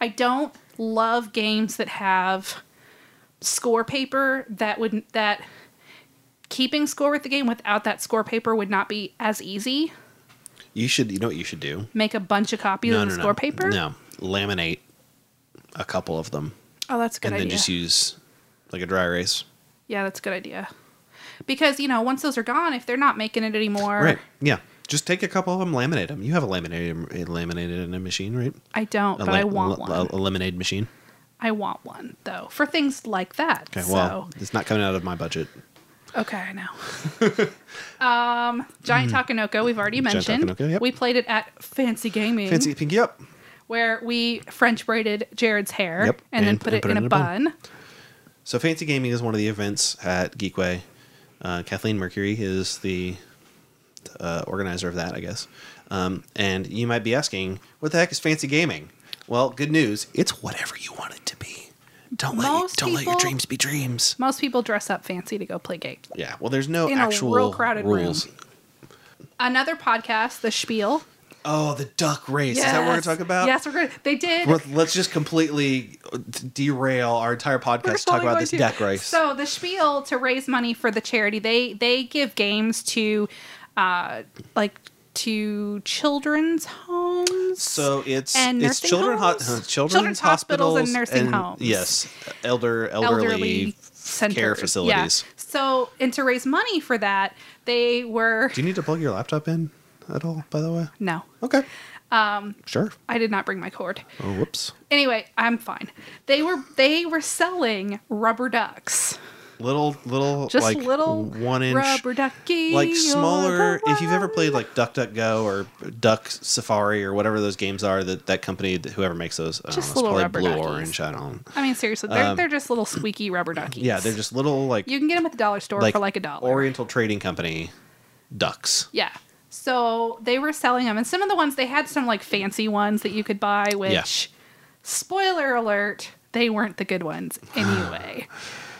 Speaker 2: I don't love games that have score paper that would that keeping score with the game without that score paper would not be as easy.
Speaker 1: You should. You know what you should do?
Speaker 2: Make a bunch of copies of the score
Speaker 1: no.
Speaker 2: paper.
Speaker 1: No, laminate a couple of them,
Speaker 2: Oh, that's a good
Speaker 1: and then
Speaker 2: idea.
Speaker 1: just use like a dry erase.
Speaker 2: yeah, that's a good idea. Because you know, once those are gone, if they're not making it anymore,
Speaker 1: Right. Yeah. Just take a couple of them, laminate them. You have a laminated a laminated in a machine, right?
Speaker 2: I don't.
Speaker 1: A
Speaker 2: But I want one.
Speaker 1: Uh, A lemonade machine.
Speaker 2: I want one though for things like that.
Speaker 1: Okay.
Speaker 2: so.
Speaker 1: Well, it's not coming out of my budget.
Speaker 2: Okay, I know. *laughs* um, Giant Takanoko, we've already
Speaker 1: Hmm. Giant
Speaker 2: mentioned.
Speaker 1: Takenoko, yep.
Speaker 2: We played it at Fancy Gaming,
Speaker 1: Fancy pinky up.
Speaker 2: where we French braided Jared's hair
Speaker 1: Yep,
Speaker 2: and, then
Speaker 1: and-
Speaker 2: put
Speaker 1: and
Speaker 2: it in, a bun.
Speaker 1: So fancy gaming is one of the events at Geekway. Uh, Kathleen Mercury is the uh, organizer of that, I guess. Um, and you might be asking, what the heck is fancy gaming? Well, good news, it's whatever you want it to be. Don't let you,
Speaker 2: Most
Speaker 1: don't let your
Speaker 2: people-
Speaker 1: dreams be dreams.
Speaker 2: Most people dress up fancy to go play games.
Speaker 1: Yeah. Well, there's no
Speaker 2: In a
Speaker 1: actual
Speaker 2: real crowded room.
Speaker 1: rules.
Speaker 2: Another podcast, The Spiel.
Speaker 1: Oh, the duck race. Is that what we're
Speaker 2: Yes.
Speaker 1: talking about?
Speaker 2: Yes, we're good. They did.
Speaker 1: Well, Let's just completely derail our entire
Speaker 2: We're
Speaker 1: podcast to talk
Speaker 2: totally
Speaker 1: about
Speaker 2: going
Speaker 1: this
Speaker 2: to.
Speaker 1: duck race.
Speaker 2: So the spiel to raise money for the charity, they they give games to, uh, like to children's homes.
Speaker 1: So it's
Speaker 2: and
Speaker 1: it's
Speaker 2: nursing
Speaker 1: children
Speaker 2: homes?
Speaker 1: ho- uh, *laughs* children's,
Speaker 2: Children's hospitals and nursing homes.
Speaker 1: Yes, elder elderly,
Speaker 2: centers.
Speaker 1: care
Speaker 2: Yeah.
Speaker 1: facilities.
Speaker 2: So, and to raise money for that, they were
Speaker 1: Do you need to plug your laptop in at all? By the way,
Speaker 2: no,
Speaker 1: okay. Um, sure.
Speaker 2: I did not bring my cord.
Speaker 1: Oh, whoops.
Speaker 2: Anyway, I'm fine. They were they were selling rubber ducks,
Speaker 1: Little little
Speaker 2: just
Speaker 1: like
Speaker 2: little
Speaker 1: one inch
Speaker 2: rubber ducky,
Speaker 1: like
Speaker 2: you're
Speaker 1: smaller.
Speaker 2: the
Speaker 1: If you've ever
Speaker 2: one.
Speaker 1: played like Duck Duck Go or Duck Safari or whatever those games are, that that company that whoever makes those, I don't
Speaker 2: Just
Speaker 1: know, it's
Speaker 2: little
Speaker 1: probably
Speaker 2: rubber
Speaker 1: blue
Speaker 2: duckies.
Speaker 1: orange. I don't.
Speaker 2: I mean, seriously, they're, they're just little squeaky rubber duckies.
Speaker 1: um, Yeah, they're just little like
Speaker 2: you can get them at the dollar store for like a dollar.
Speaker 1: Oriental Trading Company ducks.
Speaker 2: Yeah. So they were selling them, and some of the ones they had some like fancy ones that you could buy. Which, spoiler alert, they weren't the
Speaker 1: *sighs*
Speaker 2: good ones anyway.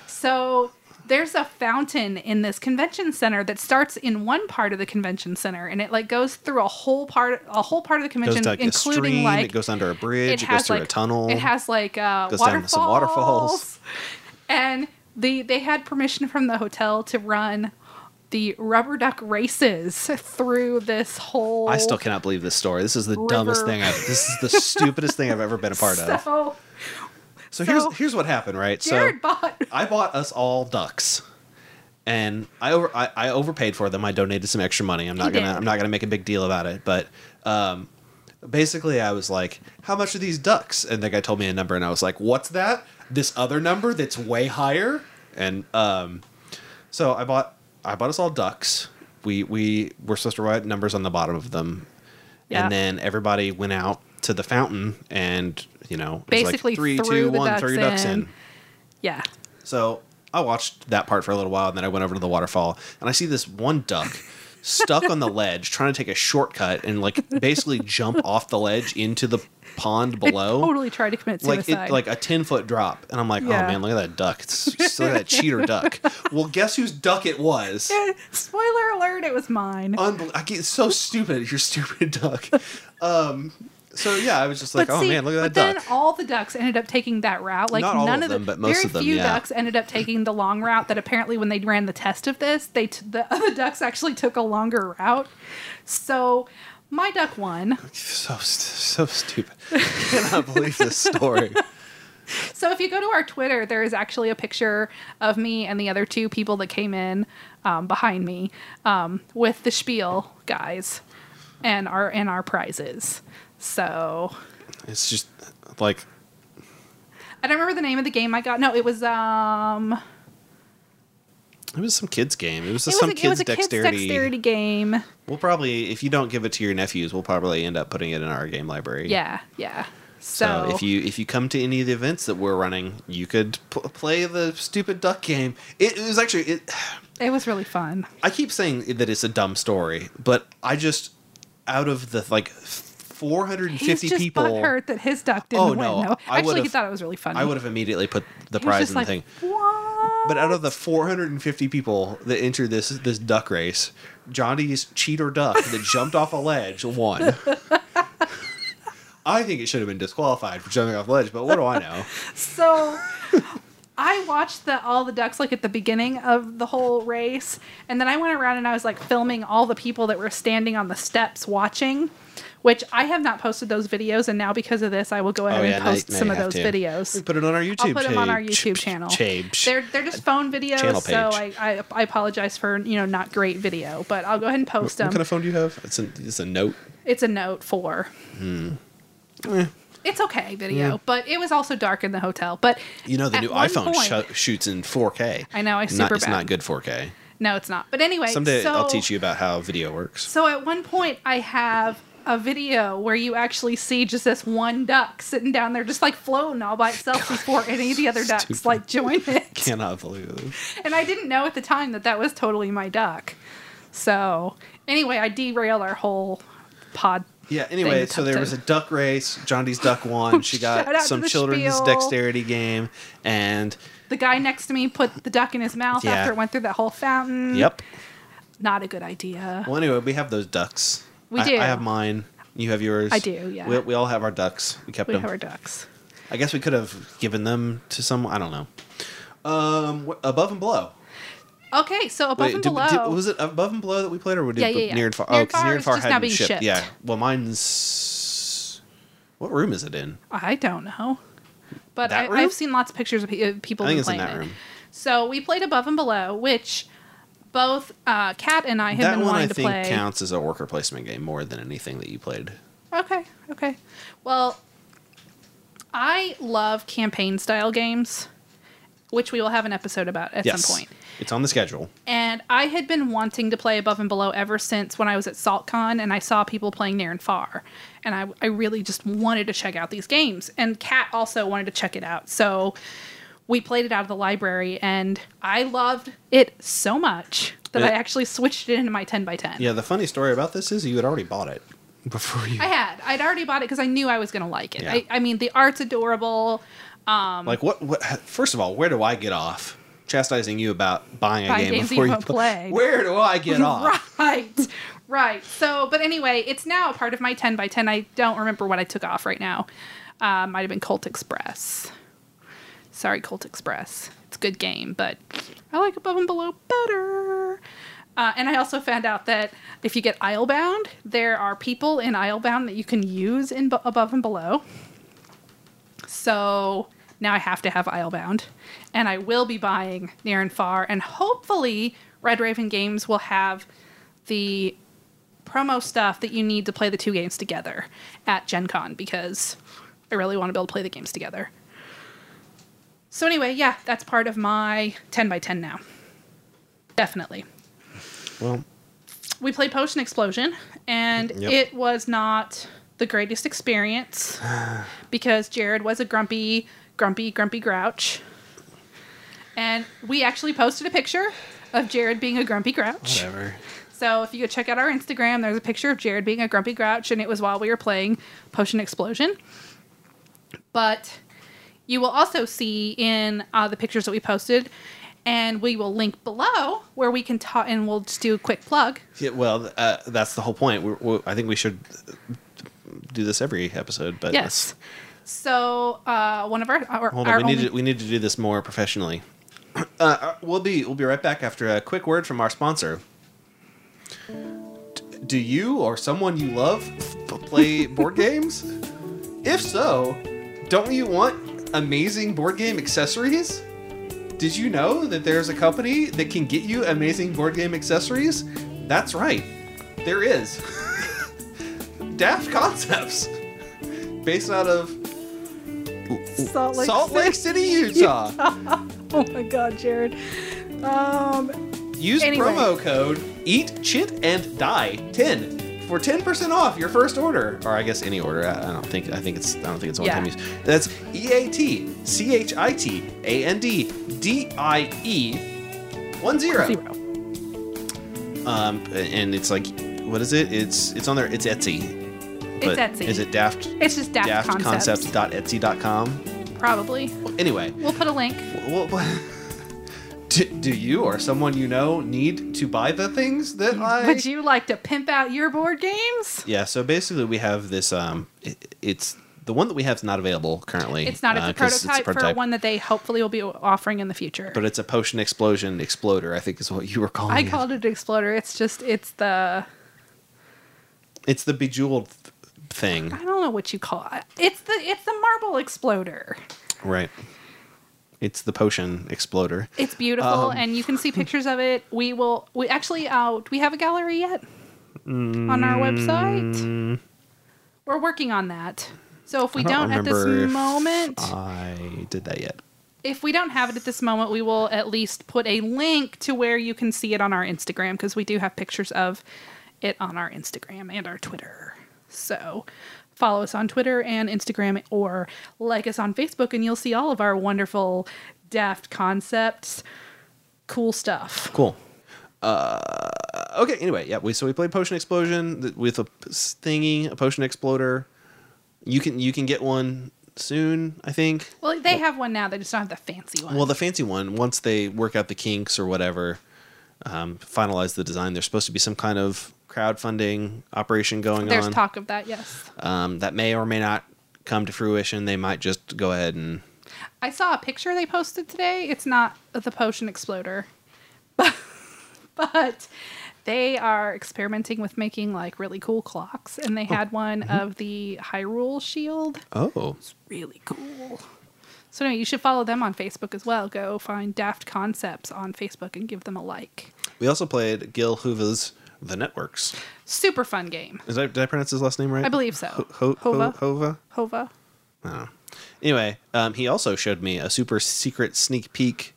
Speaker 2: so there's a fountain in this convention center that starts in one part of the convention center, and it like goes through a whole part, a whole part of the
Speaker 1: goes
Speaker 2: convention,
Speaker 1: like a
Speaker 2: including
Speaker 1: stream,
Speaker 2: like
Speaker 1: it goes under a bridge, it, goes through a tunnel.
Speaker 2: It has like uh,
Speaker 1: Goes
Speaker 2: waterfalls,
Speaker 1: down to some waterfalls.
Speaker 2: and the they had permission from the hotel to run the rubber duck races through this whole.
Speaker 1: I still cannot believe this story. This is the
Speaker 2: river.
Speaker 1: dumbest thing I've this
Speaker 2: *laughs*
Speaker 1: is the stupidest thing I've ever been a part of. So,
Speaker 2: So so-
Speaker 1: here's here's what happened, right?
Speaker 2: Jared
Speaker 1: so
Speaker 2: bought.
Speaker 1: I bought us all ducks. And I over I, I overpaid for them. I donated some extra money. I'm not
Speaker 2: You
Speaker 1: gonna
Speaker 2: did.
Speaker 1: I'm not gonna make a big deal about it. But um basically I was like, How much are these ducks? And the guy told me a number and I was like, What's that? This other number that's way higher? And um So I bought I bought us all ducks. We we were supposed to write numbers on the bottom of them,
Speaker 2: Yeah.
Speaker 1: and then everybody went out to the fountain and you know it was
Speaker 2: Basically
Speaker 1: like three,
Speaker 2: threw
Speaker 1: two,
Speaker 2: the
Speaker 1: one,
Speaker 2: ducks
Speaker 1: throw your ducks in.
Speaker 2: in. Yeah.
Speaker 1: So I watched that part for a little while, and then I went over to the waterfall, and I see this one duck stuck on the *laughs* ledge trying to take a shortcut and like basically jump off the ledge into the pond below
Speaker 2: It totally tried to commit
Speaker 1: like
Speaker 2: suicide.
Speaker 1: it, like a 10 foot drop and i'm like
Speaker 2: Yeah.
Speaker 1: oh man look at that duck it's, it's like that cheater duck well guess whose duck it
Speaker 2: *laughs*
Speaker 1: was
Speaker 2: *laughs* Spoiler alert! It was mine.
Speaker 1: Unbel- I get so stupid. You're stupid duck. Um, so yeah, I was just like,
Speaker 2: But
Speaker 1: oh
Speaker 2: see-
Speaker 1: man, look at
Speaker 2: but
Speaker 1: that
Speaker 2: then
Speaker 1: duck.
Speaker 2: all the ducks ended up taking that route. Like
Speaker 1: Not all
Speaker 2: none
Speaker 1: of
Speaker 2: of the,
Speaker 1: them, but most
Speaker 2: very
Speaker 1: of them,
Speaker 2: few
Speaker 1: yeah.
Speaker 2: ducks ended up taking the long route. That apparently, when they ran the test of this, they t- the *laughs* other ducks actually took a longer route. So my duck won.
Speaker 1: So st- so stupid. *laughs* I cannot believe this
Speaker 2: *laughs*
Speaker 1: story.
Speaker 2: So if you go to our Twitter, there is actually a picture of me and the other two people that came in um, behind me um, with the spiel guys and our and our prizes. So
Speaker 1: It's just like
Speaker 2: I don't remember the name of the game I got. No, it was um.
Speaker 1: it was some kids game. It was
Speaker 2: it was
Speaker 1: some
Speaker 2: a,
Speaker 1: kids,
Speaker 2: it was a
Speaker 1: dexterity.
Speaker 2: kid's dexterity game.
Speaker 1: We'll probably if you don't give it to your nephews, we'll probably end up putting it in our game library.
Speaker 2: Yeah, yeah. So,
Speaker 1: So if you if you come to any of the events that we're running, you could pl- play the stupid duck game. It, it was actually it.
Speaker 2: it was really fun.
Speaker 1: I keep saying that it's a dumb story, but I just out of the like 450
Speaker 2: He's just
Speaker 1: people,
Speaker 2: butthurt that his duck didn't
Speaker 1: Oh,
Speaker 2: win.
Speaker 1: no,
Speaker 2: Though.
Speaker 1: I
Speaker 2: Actually, he
Speaker 1: would've-
Speaker 2: thought it was really funny.
Speaker 1: I would have immediately put the
Speaker 2: He was
Speaker 1: prize
Speaker 2: just
Speaker 1: in
Speaker 2: like,
Speaker 1: the thing.
Speaker 2: What?
Speaker 1: But out of the 450 people that entered this this duck race, Johnny's cheater duck that jumped off a ledge *laughs* won.
Speaker 2: *laughs*
Speaker 1: *laughs* I think it should have been disqualified for jumping off a ledge, but what do I know?
Speaker 2: so I watched the all the ducks like at the beginning of the whole race, and then I went around and I was like filming all the people that were standing on the steps watching, which I have not posted those videos, and now because of this, I will go ahead
Speaker 1: Oh, yeah,
Speaker 2: and
Speaker 1: now-
Speaker 2: post
Speaker 1: now
Speaker 2: some
Speaker 1: you
Speaker 2: of
Speaker 1: have
Speaker 2: those
Speaker 1: to.
Speaker 2: videos.
Speaker 1: Put it on our YouTube.
Speaker 2: I'll put them on our
Speaker 1: page.
Speaker 2: YouTube channel.
Speaker 1: Page.
Speaker 2: They're they're just phone
Speaker 1: Channel
Speaker 2: videos, so I,
Speaker 1: page.
Speaker 2: I I apologize for you know not great video, but I'll go ahead and post them.
Speaker 1: What kind of phone do you have? It's a, it's a note.
Speaker 2: It's a note four. Hmm. Eh. It's okay video, but it was also dark in the hotel. But
Speaker 1: You know, the
Speaker 2: at
Speaker 1: new
Speaker 2: one
Speaker 1: iPhone
Speaker 2: point-
Speaker 1: sho- shoots in 4K.
Speaker 2: I know, I
Speaker 1: not,
Speaker 2: super
Speaker 1: It's
Speaker 2: bad.
Speaker 1: not good 4K.
Speaker 2: no, it's not. But anyway,
Speaker 1: Someday
Speaker 2: so,
Speaker 1: I'll teach you about how video works.
Speaker 2: So at one point, I have a video where you actually see just this one duck sitting down there, just like floating all by itself *laughs* before any of the other ducks
Speaker 1: Stupid.
Speaker 2: like join it.
Speaker 1: Cannot believe this.
Speaker 2: And I didn't know at the time that that was totally my duck. So anyway, I derailed our whole pod.
Speaker 1: Yeah. Anyway,
Speaker 2: to
Speaker 1: so there
Speaker 2: tell
Speaker 1: was a
Speaker 2: you.
Speaker 1: duck race. Jondy's duck
Speaker 2: *laughs*
Speaker 1: won. She
Speaker 2: Shout out
Speaker 1: got
Speaker 2: to
Speaker 1: some
Speaker 2: the
Speaker 1: children's
Speaker 2: spiel.
Speaker 1: dexterity game, and
Speaker 2: The guy next to me put the duck in his mouth
Speaker 1: Yeah.
Speaker 2: after it went through that whole fountain.
Speaker 1: yep.
Speaker 2: Not a good idea.
Speaker 1: Well, anyway, we have those ducks.
Speaker 2: We
Speaker 1: I,
Speaker 2: do.
Speaker 1: I have mine. You have yours.
Speaker 2: I do, yeah.
Speaker 1: We, we all have our ducks. We kept
Speaker 2: We
Speaker 1: them.
Speaker 2: have our ducks.
Speaker 1: I guess we could have given them to someone. I don't know. Um, wh- above and below.
Speaker 2: Okay, so above
Speaker 1: Wait,
Speaker 2: and
Speaker 1: did-
Speaker 2: below.
Speaker 1: did- was it above and below that we played, or did
Speaker 2: Yeah, yeah, yeah.
Speaker 1: near and far?
Speaker 2: Near
Speaker 1: oh,
Speaker 2: and
Speaker 1: because
Speaker 2: Far
Speaker 1: near and
Speaker 2: is
Speaker 1: far
Speaker 2: just now
Speaker 1: hadn't
Speaker 2: being
Speaker 1: shipped.
Speaker 2: shipped.
Speaker 1: Yeah. Well, mine's. What room is it in?
Speaker 2: I don't know. But
Speaker 1: That
Speaker 2: I,
Speaker 1: room?
Speaker 2: I've seen lots of pictures of pe- of people
Speaker 1: I think
Speaker 2: who
Speaker 1: it's in
Speaker 2: playing
Speaker 1: that
Speaker 2: it.
Speaker 1: room.
Speaker 2: So we played Above and Below, which both uh, Kat and I have
Speaker 1: That
Speaker 2: been
Speaker 1: one
Speaker 2: wanting
Speaker 1: I
Speaker 2: to
Speaker 1: think
Speaker 2: play.
Speaker 1: counts as a worker placement game more than anything that you played.
Speaker 2: Okay, okay. Well, I love campaign style games, which we will have an episode about at
Speaker 1: yes.
Speaker 2: some point.
Speaker 1: It's on the schedule.
Speaker 2: And I had been wanting to play Above and Below ever since when I was at SaltCon and I saw people playing Near and Far. And I, I really just wanted to check out these games. And Kat also wanted to check it out. So we played it out of the library and I loved it so much that I
Speaker 1: Yeah.
Speaker 2: actually switched it into my 10 by 10.
Speaker 1: Yeah. The funny story about this is you had already bought it before you.
Speaker 2: I had. I'd already bought it because I knew I was going to like it.
Speaker 1: Yeah.
Speaker 2: I, I mean, the art's adorable. Um,
Speaker 1: Like what, what? First of all, where do I get off chastising you about buying a
Speaker 2: Buying
Speaker 1: game
Speaker 2: games
Speaker 1: before
Speaker 2: you
Speaker 1: you
Speaker 2: won't play.
Speaker 1: Where do I
Speaker 2: *laughs*
Speaker 1: get off?
Speaker 2: Right. Right. So, but anyway, it's now a part of my 10 by 10. I don't remember what I took off right now. Uh, might have been Colt Express. Sorry, Colt Express. It's a good game, but I like Above and Below better. Uh, and I also found out that if you get Islebound, there are people in Islebound that you can use in bo- Above and Below. So now I have to have Islebound, and I will be buying Near and Far, and hopefully Red Raven Games will have the promo stuff that you need to play the two games together at Gen Con because I really want to be able to play the games together. So anyway, yeah, that's part of my 10 by 10 now. Definitely.
Speaker 1: Well,
Speaker 2: We played Potion Explosion and
Speaker 1: Yep.
Speaker 2: it was not the
Speaker 1: *sighs*
Speaker 2: greatest experience because Jared was a grumpy, grumpy, grumpy grouch. And we actually posted a picture of Jared being a grumpy grouch.
Speaker 1: whatever.
Speaker 2: So if you go check out our Instagram, there's a picture of Jared being a grumpy grouch, and it was while we were playing Potion Explosion. But you will also see in uh, the pictures that we posted, and we will link below where we can talk, and we'll just do a quick plug.
Speaker 1: Yeah, well, uh, that's the whole point. We're, we I think we should uh, do this every episode, but
Speaker 2: Yes. So uh, one of our our,
Speaker 1: hold
Speaker 2: our
Speaker 1: on. We need
Speaker 2: only-
Speaker 1: to, we need to do this more professionally. *clears throat* Uh, uh, we'll be we'll be right back after a quick word from our sponsor. D- Do you or someone you love f- *laughs* play board games? If so, don't you want amazing board game accessories? Did you know that there's a company that can get you amazing board game accessories? That's right, there is. *laughs* Daft Concepts, based out of
Speaker 2: Salt Lake
Speaker 1: Salt Lake City, Utah.
Speaker 2: oh my God, Jared. Um,
Speaker 1: Use
Speaker 2: Anyway.
Speaker 1: promo code Eat Chit and Die Ten for ten percent off your first order, or I guess any order. I, I don't think I think it's I don't think it's one time
Speaker 2: Yeah.
Speaker 1: use. That's E A T C H I T A N D D I E one zero.
Speaker 2: zero.
Speaker 1: Um, and it's like, what is it? It's it's on there. It's Etsy.
Speaker 2: It's Etsy.
Speaker 1: Is it Daft?
Speaker 2: It's just Daft, Concepts.
Speaker 1: DaftConcepts.etsy.com.
Speaker 2: Probably.
Speaker 1: Well, anyway,
Speaker 2: We'll put a link.
Speaker 1: What, what, *laughs* do, do you or someone you know need to buy the things that I?
Speaker 2: Would you like to pimp out your board games?
Speaker 1: Yeah. So basically, we have this. Um, it, it's The one that we have is not available currently.
Speaker 2: It's not. It's
Speaker 1: uh,
Speaker 2: a
Speaker 1: 'cause
Speaker 2: prototype, for one that they hopefully will be offering in the future.
Speaker 1: but it's a potion explosion exploder. I think is what you were calling.
Speaker 2: I
Speaker 1: it.
Speaker 2: called it an exploder. It's just it's the
Speaker 1: It's the bejeweled th- thing,
Speaker 2: I don't know what you call it. It's the it's the marble exploder.
Speaker 1: right? It's the potion exploder.
Speaker 2: It's beautiful,
Speaker 1: Um,
Speaker 2: and you can see pictures of it. We will. We actually. Uh, do we have a gallery yet on our website? We're working on that. So if we
Speaker 1: Mm. I
Speaker 2: don't,
Speaker 1: don't
Speaker 2: at this
Speaker 1: remember if
Speaker 2: moment,
Speaker 1: I did that yet.
Speaker 2: if we don't have it at this moment, we will at least put a link to where you can see it on our Instagram because we do have pictures of it on our Instagram and our Twitter. So follow us on Twitter and Instagram or like us on Facebook and you'll see all of our wonderful daft concepts, cool stuff.
Speaker 1: Cool. Uh, okay. Anyway, yeah. We so we played Potion Explosion th- with a p- thingy, a potion exploder. You can you can get one soon, I think.
Speaker 2: Well, they have one now, they just don't have the fancy one.
Speaker 1: Well, the fancy one. Once they work out the kinks or whatever, um, finalize the design. There's supposed to be some kind of crowdfunding operation going
Speaker 2: There's
Speaker 1: on.
Speaker 2: talk of that, yes.
Speaker 1: um, that may or may not come to fruition. They might just go ahead and
Speaker 2: I saw a picture they posted today. It's not the potion exploder, *laughs* but, but they are experimenting with making like really cool clocks, and they had one
Speaker 1: mm-hmm.
Speaker 2: of the Hyrule Shield.
Speaker 1: oh,
Speaker 2: It's really cool. So anyway, you should follow them on Facebook as well. Go find Daft Concepts on Facebook and give them a like.
Speaker 1: We also played Gil Hoova's The Networks.
Speaker 2: Super fun game.
Speaker 1: Is that, did I pronounce his last name right?
Speaker 2: I believe so.
Speaker 1: Ho- ho-
Speaker 2: Hova.
Speaker 1: Hova?
Speaker 2: Hova.
Speaker 1: I don't know. Anyway, um, he also showed me a super secret sneak peek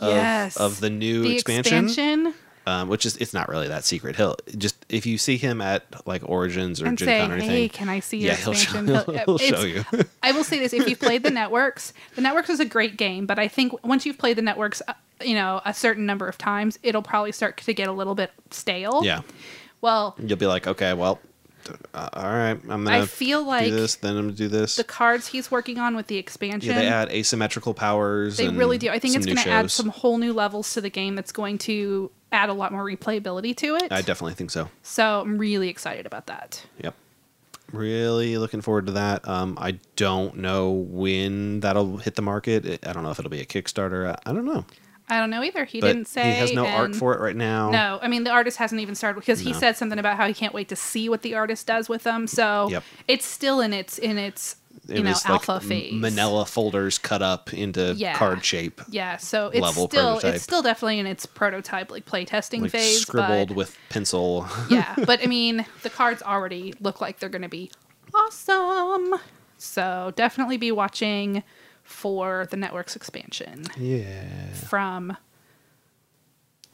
Speaker 1: of,
Speaker 2: yes.
Speaker 1: of the new
Speaker 2: The
Speaker 1: expansion,
Speaker 2: expansion.
Speaker 1: Um, which is it's not really that secret. He'll just if you see him at like Origins or
Speaker 2: and
Speaker 1: Gen
Speaker 2: say,
Speaker 1: Con or anything,
Speaker 2: "Hey, can I see your
Speaker 1: yeah, he'll show, *laughs*
Speaker 2: expansion?"
Speaker 1: he'll, he'll
Speaker 2: it's-
Speaker 1: show you.
Speaker 2: I will say this: if you've played the networks, the networks is a great game, but I think once you've played the networks, uh, you know, a certain number of times, it'll probably start to get a little bit stale.
Speaker 1: *laughs* yeah,
Speaker 2: Well,
Speaker 1: you'll be like, okay, well, uh, all right, I'm gonna
Speaker 2: I feel like
Speaker 1: do this, then I'm gonna do this.
Speaker 2: the cards he's working on with the expansion.
Speaker 1: yeah, they add asymmetrical powers.
Speaker 2: They
Speaker 1: and
Speaker 2: really do. I think
Speaker 1: some
Speaker 2: it's
Speaker 1: new
Speaker 2: going to add
Speaker 1: shows.
Speaker 2: some whole new levels to the game that's going to add a lot more replayability to it.
Speaker 1: I definitely think so.
Speaker 2: so I'm really excited about that.
Speaker 1: Yep. Really looking forward to that. Um, I don't know when that'll hit the market. It- I don't know if it'll be a Kickstarter. I, I don't know.
Speaker 2: I don't know either. He
Speaker 1: But
Speaker 2: didn't say.
Speaker 1: he has no art
Speaker 2: and-
Speaker 1: for it right now.
Speaker 2: No, I mean the artist hasn't even started because he
Speaker 1: No.
Speaker 2: said something about how he can't wait to see what the artist does with them. So
Speaker 1: Yep.
Speaker 2: it's still in its in its
Speaker 1: It
Speaker 2: you know
Speaker 1: was
Speaker 2: alpha
Speaker 1: like m-
Speaker 2: phase.
Speaker 1: Manila folders cut up into
Speaker 2: Yeah.
Speaker 1: card shape,
Speaker 2: Yeah, so it's
Speaker 1: level
Speaker 2: still
Speaker 1: prototype.
Speaker 2: it's still definitely in its prototype like playtesting
Speaker 1: like
Speaker 2: phase.
Speaker 1: scribbled
Speaker 2: but,
Speaker 1: with pencil. *laughs*
Speaker 2: yeah, but I mean the cards already look like they're going to be awesome. So definitely be watching for the network's expansion
Speaker 1: yeah.
Speaker 2: from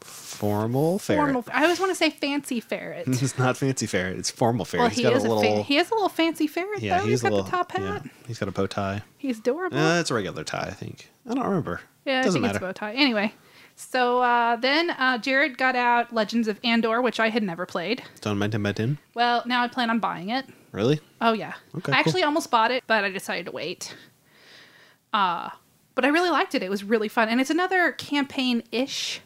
Speaker 1: Formal ferret.
Speaker 2: formal. I always want to say fancy ferret.
Speaker 1: *laughs* it's not fancy ferret. It's formal ferret.
Speaker 2: well,
Speaker 1: he's
Speaker 2: he
Speaker 1: got
Speaker 2: is
Speaker 1: a
Speaker 2: a,
Speaker 1: little.
Speaker 2: fan, he has a little fancy ferret
Speaker 1: yeah,
Speaker 2: though.
Speaker 1: he's,
Speaker 2: He's
Speaker 1: a
Speaker 2: got
Speaker 1: little.
Speaker 2: the top hat.
Speaker 1: Yeah, he's got a bow tie.
Speaker 2: He's adorable.
Speaker 1: Uh, it's a regular tie, I think. I don't remember.
Speaker 2: yeah, I
Speaker 1: doesn't
Speaker 2: think
Speaker 1: matter.
Speaker 2: it's a bow tie. Anyway, so uh, then uh, Jared got out Legends of Andor, which I had never played.
Speaker 1: It's on my 10 by 10.
Speaker 2: Well, now I plan on buying it.
Speaker 1: Really?
Speaker 2: Oh yeah,
Speaker 1: Okay,
Speaker 2: I actually almost bought it, but I decided to wait. Uh, but I really liked it. It was really fun, and it's another campaign-ish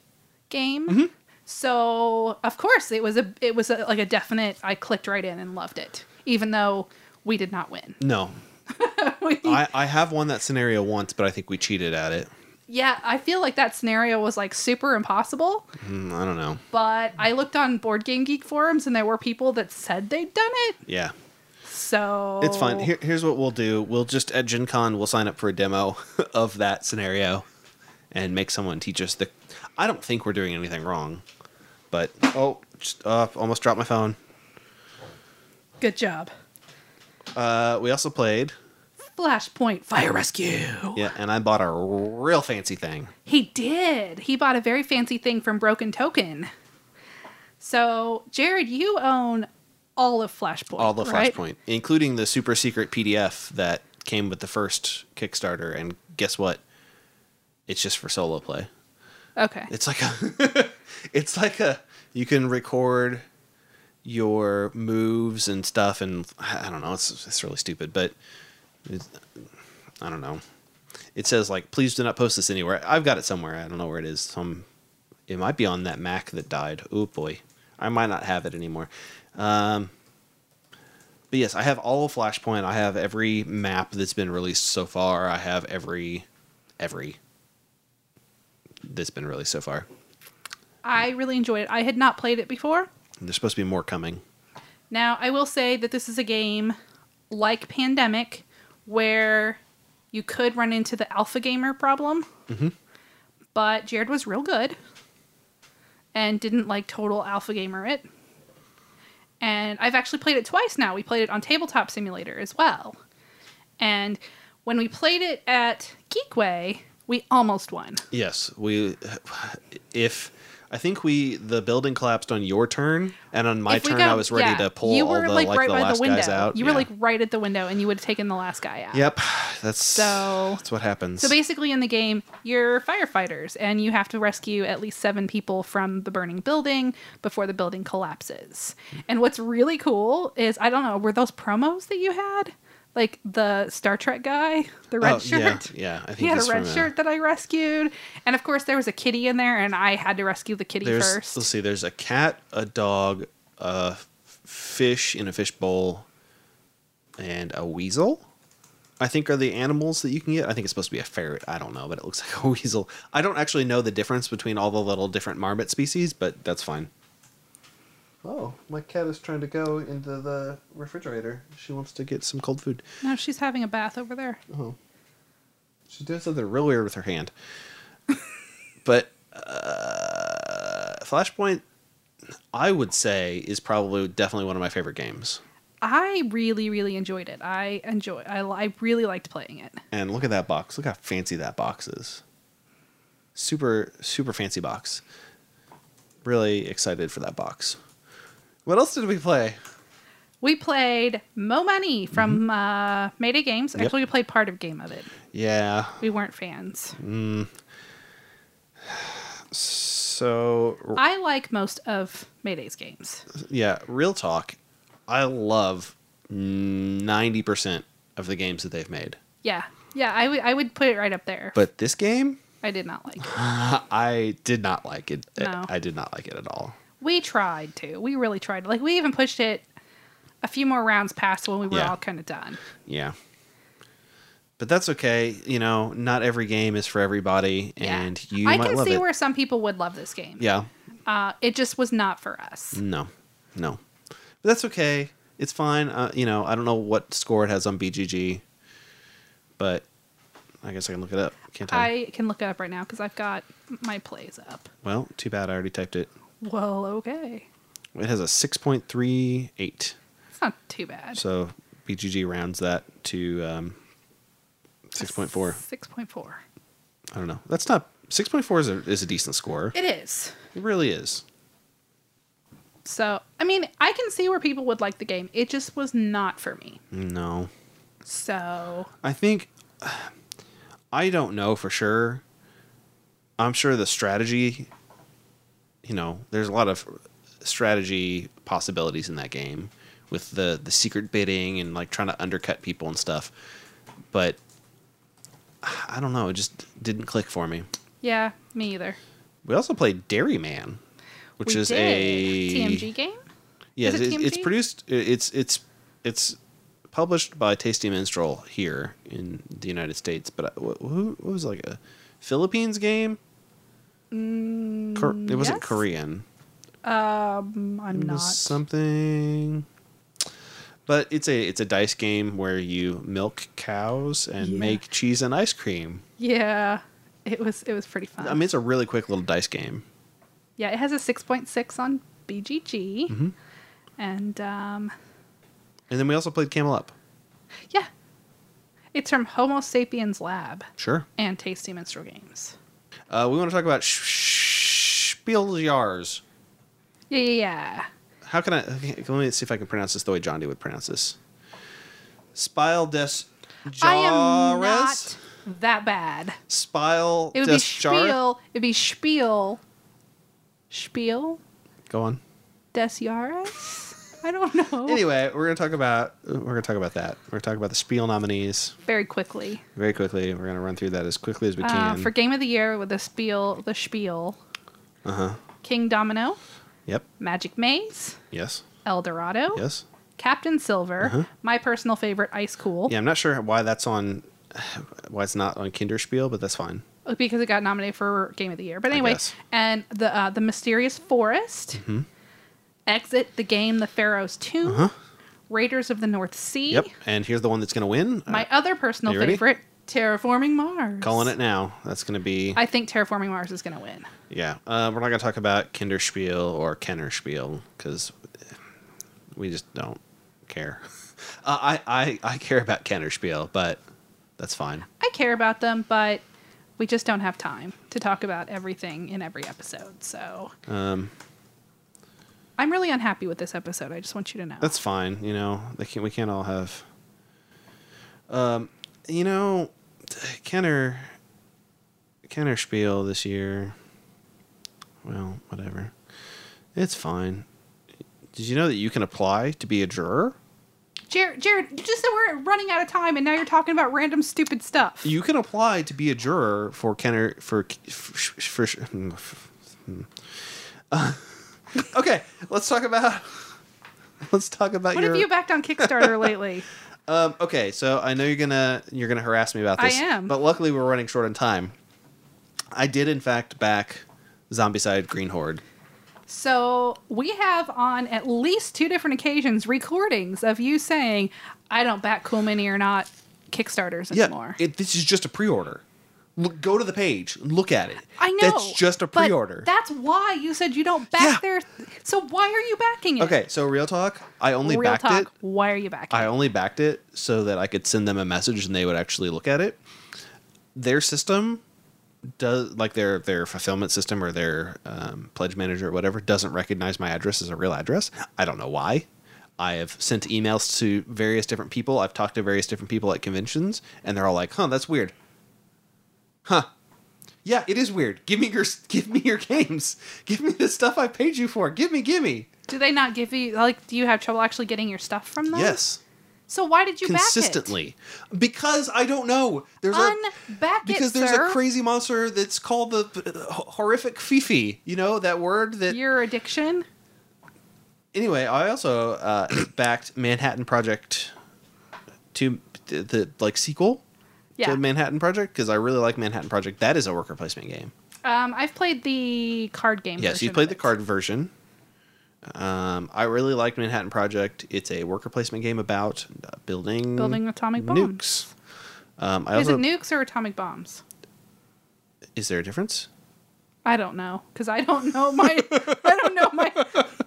Speaker 2: game.
Speaker 1: Mm-hmm.
Speaker 2: So of course it was a it was a, like a definite. I clicked right in and loved it, even though we did not win. *laughs*
Speaker 1: No.
Speaker 2: We-
Speaker 1: I, I have won that scenario once, but I think we cheated at it.
Speaker 2: yeah, I feel like that scenario was like super impossible.
Speaker 1: Mm, I don't know.
Speaker 2: but I looked on board game geek forums and there were people that said they'd done it.
Speaker 1: Yeah.
Speaker 2: So
Speaker 1: It's fine. Here, here's what we'll do. We'll just at Gen Con, we'll sign up for a demo *laughs* of that scenario and make someone teach us the. I don't think we're doing anything wrong, but. Oh, just, uh, almost dropped my phone.
Speaker 2: Good job.
Speaker 1: Uh, we also played.
Speaker 2: Flashpoint Fire Rescue.
Speaker 1: Yeah, and I bought a real fancy thing.
Speaker 2: He did. He bought a very fancy thing from Broken Token. So, Jared, you own all of Flashpoint.
Speaker 1: All the
Speaker 2: right?
Speaker 1: Flashpoint, including the super secret PDF that came with the first Kickstarter. And guess what? It's just for solo play.
Speaker 2: Okay.
Speaker 1: It's like a, *laughs* it's like a, you can record your moves and stuff, and I I don't know, it's it's really stupid, but it's, I don't know. It says like, please do not post this anywhere. I've got it somewhere. I don't know where it is. Some, it might be on that Mac that died. Oh boy, I might not have it anymore. Um, But yes, I have all of Flashpoint. I have every map that's been released so far. I have every every that's been released so far.
Speaker 2: I really enjoyed it. I had not played it before.
Speaker 1: And there's supposed to be more coming.
Speaker 2: Now, I will say that this is a game like Pandemic where you could run into the alpha gamer problem.
Speaker 1: Mm-hmm.
Speaker 2: But Jared was real good and didn't like total alpha gamer it. And I've actually played it twice now. We played it on Tabletop Simulator as well. And when we played it at Geekway, we almost won.
Speaker 1: Yes, we if I think we the building collapsed on your turn, and on my
Speaker 2: If we
Speaker 1: turn
Speaker 2: got-
Speaker 1: I was ready
Speaker 2: yeah,
Speaker 1: to pull all the like, the last
Speaker 2: window.
Speaker 1: guys out.
Speaker 2: You were
Speaker 1: Yeah.
Speaker 2: like right at the window, and you would have taken the last guy out.
Speaker 1: Yep, that's
Speaker 2: So-
Speaker 1: that's what happens.
Speaker 2: So basically, in the game, you're firefighters, and you have to rescue at least seven people from the burning building before the building collapses. And what's really cool is I don't know were those promos that you had, like the Star Trek guy, the red
Speaker 1: Oh,
Speaker 2: shirt.
Speaker 1: Yeah, yeah. I think
Speaker 2: He had
Speaker 1: he's
Speaker 2: a red
Speaker 1: from, uh,
Speaker 2: shirt that I rescued, and of course there was a kitty in there, and I had to rescue the kitty
Speaker 1: There's,
Speaker 2: first.
Speaker 1: Let's see. There's a cat, a dog, a f- fish in a fish bowl, and a weasel. I think are the animals that you can get. I think it's supposed to be a ferret. I don't know, but it looks *laughs* like a weasel. I don't actually know the difference between all the little different marmot species, but that's fine. Oh, my cat is trying to go into the refrigerator. She wants to get some cold food.
Speaker 2: No, she's having a bath over there.
Speaker 1: Oh. She does something real weird with her hand. but uh, Flashpoint, I would say, is probably definitely one of my favorite games.
Speaker 2: I really, really enjoyed it. I enjoy. I, I really liked playing it.
Speaker 1: And look at that box. Look how fancy that box is. Super, super fancy box. Really excited for that box. What else did we play?
Speaker 2: We played Mo Money from uh, Mayday Games.
Speaker 1: Mm-hmm. Yep.
Speaker 2: Actually, we played part of game of it.
Speaker 1: Yeah.
Speaker 2: We weren't fans.
Speaker 1: Mm. So,
Speaker 2: I like most of Mayday's games.
Speaker 1: yeah, real talk. I love 90% of the games that they've made.
Speaker 2: Yeah, yeah. I would I would put it right up there.
Speaker 1: But this game,
Speaker 2: I did not like. it.
Speaker 1: *laughs* I did not like it.
Speaker 2: No.
Speaker 1: I did not like it at all.
Speaker 2: We tried to. We really tried. Like we even pushed it a few more rounds past when we were
Speaker 1: Yeah.
Speaker 2: all kind of done.
Speaker 1: Yeah. But that's okay. You know, not every game is for everybody,
Speaker 2: Yeah.
Speaker 1: and you
Speaker 2: I
Speaker 1: might
Speaker 2: can
Speaker 1: love
Speaker 2: see
Speaker 1: it.
Speaker 2: where some people would love this game.
Speaker 1: yeah.
Speaker 2: Uh, it just was not for us.
Speaker 1: No. No. But that's okay. It's fine. Uh, you know, I don't know what score it has on BGG, but I guess I can look it up. Can't I?
Speaker 2: I can look it up right now because I've got my plays up.
Speaker 1: Well, too bad. I already typed it.
Speaker 2: Well, okay.
Speaker 1: It has a 6.38.
Speaker 2: It's not too bad.
Speaker 1: So BGG rounds that to um, 6.4.
Speaker 2: Six point four.
Speaker 1: I don't know. That's not 6.4 is a, is a decent score.
Speaker 2: It is.
Speaker 1: It really is.
Speaker 2: So, I mean, I can see where people would like the game. It just was not for me.
Speaker 1: No.
Speaker 2: So,
Speaker 1: I think I don't know for sure. I'm sure the strategy, you know, there's a lot of strategy possibilities in that game with the the secret bidding and like trying to undercut people and stuff. But I don't know, it just didn't click for me.
Speaker 2: yeah, me either.
Speaker 1: We also played Dairyman, which
Speaker 2: we
Speaker 1: is
Speaker 2: did.
Speaker 1: a
Speaker 2: TMG game?
Speaker 1: Yes,
Speaker 2: Is
Speaker 1: it
Speaker 2: it
Speaker 1: it's
Speaker 2: TMG?
Speaker 1: produced. i- It's it's it's published by Tasty Minstrel here in the United States. But I- wh- who what was it, like a Philippines game? Cor- it wasn't
Speaker 2: Mm, yes.
Speaker 1: Korean.
Speaker 2: Mm, I'm
Speaker 1: It
Speaker 2: not.
Speaker 1: was something. But it's a it's a dice game where you milk cows and
Speaker 2: Yeah.
Speaker 1: make cheese and ice cream.
Speaker 2: Yeah. It was it was pretty fun.
Speaker 1: I mean, it's a really quick little dice game.
Speaker 2: yeah, it has a 6.6 on BGG.
Speaker 1: Mm-hmm.
Speaker 2: And um
Speaker 1: And then we also played Camel Up.
Speaker 2: yeah. It's from Homo Sapiens Lab
Speaker 1: Sure.
Speaker 2: and Tasty Minstrel Games.
Speaker 1: Uh, we want to talk about sh- Spieljars.
Speaker 2: Yeah, yeah, yeah.
Speaker 1: How can I? Okay, let me see if I can pronounce this the way John D would pronounce this. Spile des
Speaker 2: I am
Speaker 1: Jares.
Speaker 2: not that bad.
Speaker 1: Spile
Speaker 2: It would
Speaker 1: des
Speaker 2: be
Speaker 1: Jares.
Speaker 2: spiel. It'd be spiel. Spiel.
Speaker 1: Go on.
Speaker 2: Des Yaris? I don't know.
Speaker 1: *laughs* Anyway, we're gonna talk about we're gonna talk about that. We're gonna talk about the Spiel nominees
Speaker 2: Very quickly.
Speaker 1: very quickly. We're gonna run through that as quickly as we
Speaker 2: Uh,
Speaker 1: can.
Speaker 2: for Game of the Year with the spiel, the spiel.
Speaker 1: uh huh.
Speaker 2: King Domino,
Speaker 1: Yep.
Speaker 2: Magic Maze,
Speaker 1: Yes.
Speaker 2: El Dorado,
Speaker 1: Yes. Uh-huh.
Speaker 2: Captain Silver, my personal favorite, Ice Cool,
Speaker 1: Yeah, I'm not sure why that's on, why it's not on Kinderspiel, but that's fine.
Speaker 2: because it got nominated for Game of the Year. But anyway,
Speaker 1: guess. Mm-hmm.
Speaker 2: and the uh, the Mysterious Forest, Exit the Game, The Pharaoh's Tomb, Raiders of the North Sea.
Speaker 1: Uh-huh. Yep. And here's the one that's going to win.
Speaker 2: My
Speaker 1: Uh,
Speaker 2: other personal
Speaker 1: you ready?
Speaker 2: favorite, Terraforming Mars.
Speaker 1: calling it now. That's going to be.
Speaker 2: I think Terraforming Mars is going to win.
Speaker 1: yeah. Uh, we're not going to talk about Kinderspiel or Kennerspiel because we just don't care. *laughs* Uh, I, I, I care about Kennerspiel, but that's fine.
Speaker 2: I care about them, but we just don't have time to talk about everything in every episode. So
Speaker 1: Um,
Speaker 2: I'm really unhappy with this episode. I just want you to know.
Speaker 1: That's fine. You know, they can, we can't all have. Um, you know, Kenner, Kenner Spiel this year. Well, whatever. It's fine. Did you know that you can apply to be a juror?
Speaker 2: Jared, Jared, just that we're running out of time, and now you're talking about random stupid stuff.
Speaker 1: You can apply to be a juror for Kenner for for. for Uh, *laughs* okay, let's talk about. *laughs* Let's talk about
Speaker 2: what
Speaker 1: your.
Speaker 2: have you backed on
Speaker 1: *laughs*
Speaker 2: Kickstarter lately?
Speaker 1: Um, okay, so I know you're gonna you're gonna harass me about
Speaker 2: I
Speaker 1: this.
Speaker 2: am.
Speaker 1: But luckily, we're running short on time. I did, in fact, back Zombicide Green Horde.
Speaker 2: So we have on at least two different occasions recordings of you saying, "I don't back Cool Mini or not." Kickstarters anymore.
Speaker 1: it, this is just a pre-order. Look, go to the page, look at it.
Speaker 2: I know.
Speaker 1: that's just a
Speaker 2: but
Speaker 1: pre-order.
Speaker 2: That's why you said you don't
Speaker 1: Yeah.
Speaker 2: back their. So why are you backing it?
Speaker 1: okay, so real talk. I only
Speaker 2: Real
Speaker 1: backed
Speaker 2: talk.
Speaker 1: it.
Speaker 2: Why are you backing?
Speaker 1: I
Speaker 2: it?
Speaker 1: only backed it so that I could send them a message and they would actually look at it. Their system does like their their fulfillment system or their um, pledge manager or whatever doesn't recognize my address as a real address. I don't know why. I have sent emails to various different people. I've talked to various different people at conventions, and they're all like, "Huh, that's weird." Huh. Yeah, it is weird. Give me your give me your games. Give me the stuff I paid you for. Give me, give me.
Speaker 2: Do they not give you like? Do you have trouble actually getting your stuff from them?
Speaker 1: Yes.
Speaker 2: So why did you
Speaker 1: consistently because I don't know. There's
Speaker 2: back
Speaker 1: a
Speaker 2: it? Unback it,
Speaker 1: because there's
Speaker 2: sir.
Speaker 1: a crazy monster that's called the uh, horrific Fifi. You know that word that.
Speaker 2: Your addiction.
Speaker 1: Anyway, I also uh, *coughs* backed Manhattan Project to the, the like sequel
Speaker 2: Yeah.
Speaker 1: to Manhattan Project because I really like Manhattan Project. That is a worker placement game.
Speaker 2: Um, I've played the card game.
Speaker 1: Yes, you
Speaker 2: version
Speaker 1: played
Speaker 2: of
Speaker 1: the
Speaker 2: it.
Speaker 1: card version. Um, I really liked Manhattan Project. It's a worker placement game about uh, building
Speaker 2: Building atomic
Speaker 1: nukes. Um, I
Speaker 2: Is
Speaker 1: also
Speaker 2: it nukes or atomic bombs?
Speaker 1: is there a difference?
Speaker 2: I don't know because I don't know my. I don't know
Speaker 1: *laughs*
Speaker 2: my.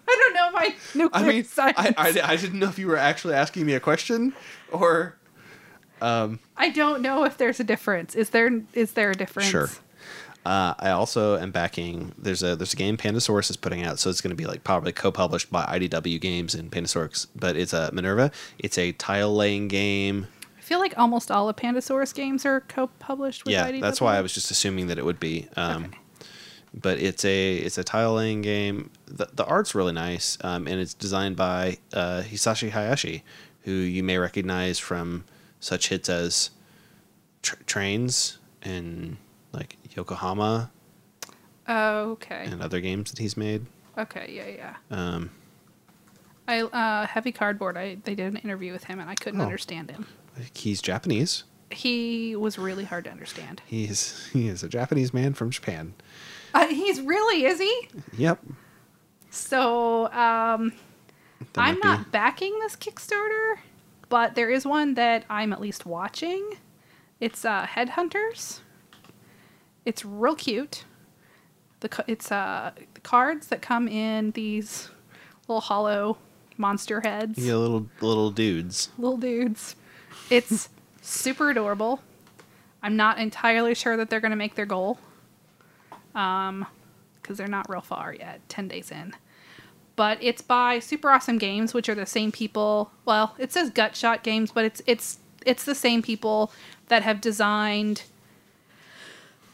Speaker 2: I don't know my nuclear
Speaker 1: I mean, I,
Speaker 2: science. I,
Speaker 1: I, I didn't know if you were actually asking me a question or.
Speaker 2: don't know if there's a difference. Is there? Is there a difference?
Speaker 1: Sure. Uh, I also am backing. There's a there's a game Pandasaurus is putting out, so it's going to be like probably co-published by IDW Games and Pandasaurus, but it's a Minerva. It's a tile laying game.
Speaker 2: I feel like almost all of Pandasaurus games are co-published with
Speaker 1: yeah,
Speaker 2: IDW.
Speaker 1: that's why I was just assuming that it would be. Um, But it's a it's a tile laying game. The, the art's really nice, um, and it's designed by uh, Hisashi Hayashi, who you may recognize from such hits as tr- Trains and like Yokohama
Speaker 2: Oh, Okay.
Speaker 1: and other games that he's made.
Speaker 2: Okay. Yeah. Yeah.
Speaker 1: Um,
Speaker 2: I uh, heavy cardboard. I they did an interview with him and I couldn't
Speaker 1: Oh.
Speaker 2: understand him.
Speaker 1: He's Japanese.
Speaker 2: He was really hard to understand.
Speaker 1: He is *laughs* he is a Japanese man from Japan.
Speaker 2: Uh, he's really is he?
Speaker 1: Yep.
Speaker 2: So um,
Speaker 1: That might
Speaker 2: I'm
Speaker 1: be-
Speaker 2: not backing this Kickstarter, but there is one that I'm at least watching. It's uh, Headhunters. It's real cute. The ca- it's uh, the cards that come in these little hollow monster heads.
Speaker 1: Yeah, little little dudes.
Speaker 2: little dudes. It's super adorable. I'm not entirely sure that they're going to make their goal. Um, because they're not real far yet, 10 days in. But it's by Super Awesome Games, which are the same people. Well, it says Gutshot Games, but it's it's it's the same people that have designed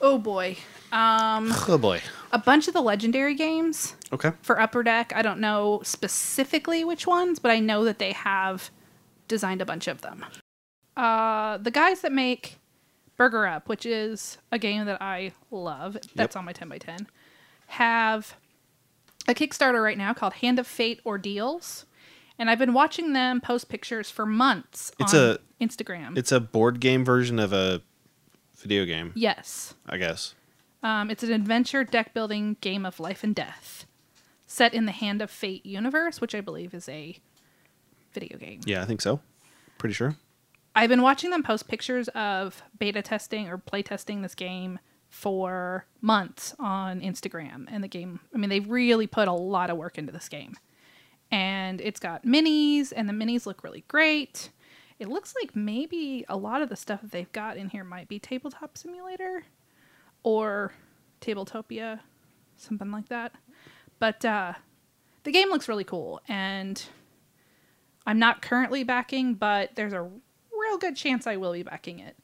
Speaker 2: Oh boy. Um
Speaker 1: Oh boy.
Speaker 2: a bunch of the legendary games
Speaker 1: Okay.
Speaker 2: for Upper Deck. I don't know specifically which ones, but I know that they have designed a bunch of them. Uh, the guys that make Burger Up, which is a game that I love, that's on my 10 by 10, have a Kickstarter right now called Hand of Fate Ordeals. And I've been watching them post pictures for months
Speaker 1: It's
Speaker 2: on
Speaker 1: a-
Speaker 2: Instagram.
Speaker 1: It's a board game version of a video game,
Speaker 2: yes.
Speaker 1: I guess.
Speaker 2: Um, it's an adventure deck building game of life and death set in the Hand of Fate universe, which I believe is a video game.
Speaker 1: Yeah, I think so. Pretty sure.
Speaker 2: I've been watching them post pictures of beta testing or play testing this game for months on Instagram. And the game, I mean, they've really put a lot of work into this game. And it's got minis, and the minis look really great. It looks like maybe a lot of the stuff that they've got in here might be Tabletop Simulator or Tabletopia, something like that. But uh, the game looks really cool. And I'm not currently backing, but there's a real good chance I will be backing it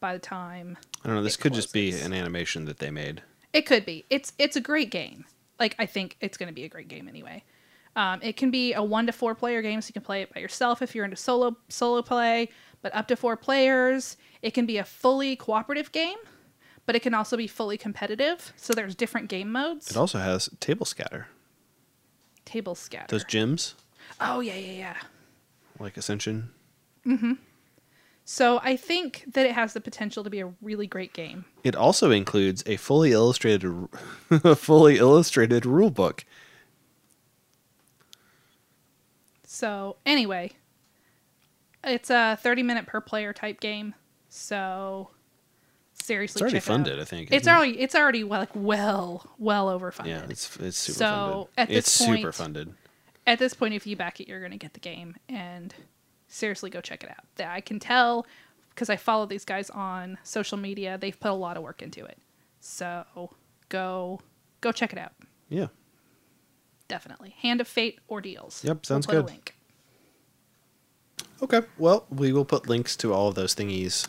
Speaker 2: by the time
Speaker 1: I don't know. This
Speaker 2: It
Speaker 1: could just be
Speaker 2: closes.
Speaker 1: an animation that they made.
Speaker 2: it could be. It's it's a great game. Like I think it's going to be a great game anyway. Um, it can be a one to four player game, so you can play it by yourself if you're into solo solo play, but up to four players. It can be a fully cooperative game, but it can also be fully competitive. So there's different game modes.
Speaker 1: It also has table scatter.
Speaker 2: Table scatter.
Speaker 1: Those gyms,
Speaker 2: oh yeah yeah yeah.
Speaker 1: like Ascension.
Speaker 2: So I think that it has the potential to be a really great game.
Speaker 1: It also includes a fully illustrated, *laughs* a fully illustrated rule book.
Speaker 2: So anyway, it's a 30 minute per player type game. So seriously,
Speaker 1: It's already
Speaker 2: check it
Speaker 1: funded,
Speaker 2: out.
Speaker 1: I think.
Speaker 2: It's
Speaker 1: isn't it?
Speaker 2: already it's already well, like well well over funded.
Speaker 1: Yeah, it's it's super
Speaker 2: So,
Speaker 1: funded.
Speaker 2: at this
Speaker 1: it's super
Speaker 2: point-
Speaker 1: funded.
Speaker 2: At this point, if you back it, you're going to get the game. And seriously, go check it out. That I can tell because I follow these guys on social media. They've put a lot of work into it. So go go check it out.
Speaker 1: Yeah.
Speaker 2: Definitely. Hand of Fate Ordeals.
Speaker 1: Yep, sounds
Speaker 2: put a
Speaker 1: good.
Speaker 2: link.
Speaker 1: Okay. Well, we will put links to all of those thingies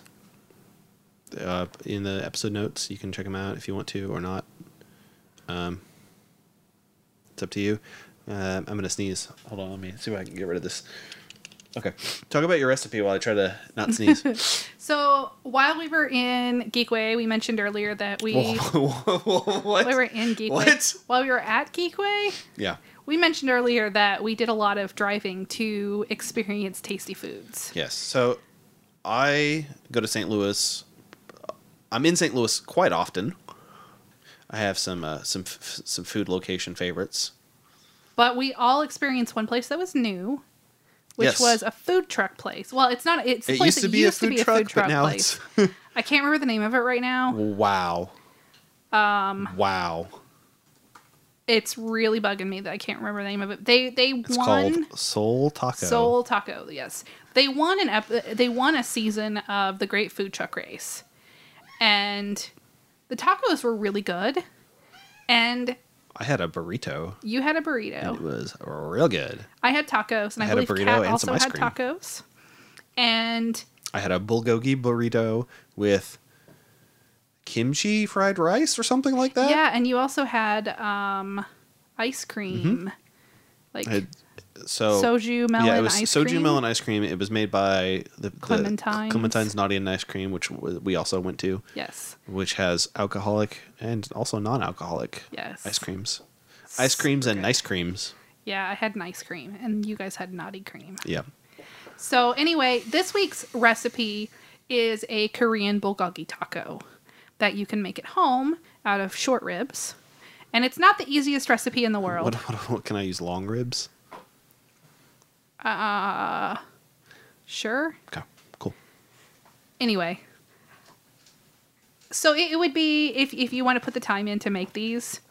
Speaker 1: uh, in the episode notes. You can check them out if you want to or not. Um, it's up to you. Uh, I'm gonna sneeze. Hold on, let me see if I can get rid of this. Okay. Talk about your recipe while I try to not sneeze. *laughs*
Speaker 2: So while we were in Geekway, we mentioned earlier that we
Speaker 1: what?
Speaker 2: while we were in
Speaker 1: *laughs*
Speaker 2: Geekway
Speaker 1: What?
Speaker 2: while we were at Geekway,
Speaker 1: Yeah.
Speaker 2: we mentioned earlier that we did a lot of driving to experience tasty foods.
Speaker 1: Yes. So I go to St. Louis. I'm in St. Louis quite often. I have some uh, some f- some food location favorites.
Speaker 2: But we all experienced one place that was new, which
Speaker 1: Yes.
Speaker 2: was a food truck place. Well, it's not. It's a
Speaker 1: It
Speaker 2: place
Speaker 1: used
Speaker 2: that
Speaker 1: to be
Speaker 2: used
Speaker 1: a food
Speaker 2: to be
Speaker 1: truck,
Speaker 2: a food truck
Speaker 1: but now
Speaker 2: place.
Speaker 1: it's *laughs*
Speaker 2: I can't remember the name of it right now.
Speaker 1: wow. Um. Wow.
Speaker 2: It's really bugging me that I can't remember the name of it. They they
Speaker 1: It's
Speaker 2: won.
Speaker 1: called Soul Taco.
Speaker 2: Soul Taco, yes. They won an ep- they won a season of the Great Food Truck Race. And the tacos were really good. And
Speaker 1: I had a burrito.
Speaker 2: you had a
Speaker 1: It
Speaker 2: burrito.
Speaker 1: was real good.
Speaker 2: I had tacos and I,
Speaker 1: I had a
Speaker 2: believe
Speaker 1: burrito
Speaker 2: Kat
Speaker 1: and
Speaker 2: also
Speaker 1: some ice
Speaker 2: had
Speaker 1: cream.
Speaker 2: tacos. And
Speaker 1: I had a bulgogi burrito with kimchi fried rice or something like that.
Speaker 2: yeah, and you also had um ice cream. Like
Speaker 1: Mm-hmm. I had- so
Speaker 2: soju melon
Speaker 1: yeah, it was
Speaker 2: ice
Speaker 1: soju
Speaker 2: cream.
Speaker 1: melon ice cream. It was made by the the
Speaker 2: Clementine's.
Speaker 1: Clementine's Naughty and Ice Cream, which w- we also went to,
Speaker 2: Yes.
Speaker 1: which has alcoholic and also non-alcoholic
Speaker 2: Yes.
Speaker 1: ice creams, ice creams and
Speaker 2: good.
Speaker 1: nice creams.
Speaker 2: Yeah, I had an ice cream and you guys had naughty cream.
Speaker 1: Yeah,
Speaker 2: So anyway, this week's recipe is a Korean bulgogi taco that you can make at home out of short ribs. And it's not the easiest recipe in the world.
Speaker 1: what, what, what can I use? Long ribs.
Speaker 2: Sure.
Speaker 1: Okay, cool.
Speaker 2: Anyway. So it, it would be if if you want to put the time in to make these,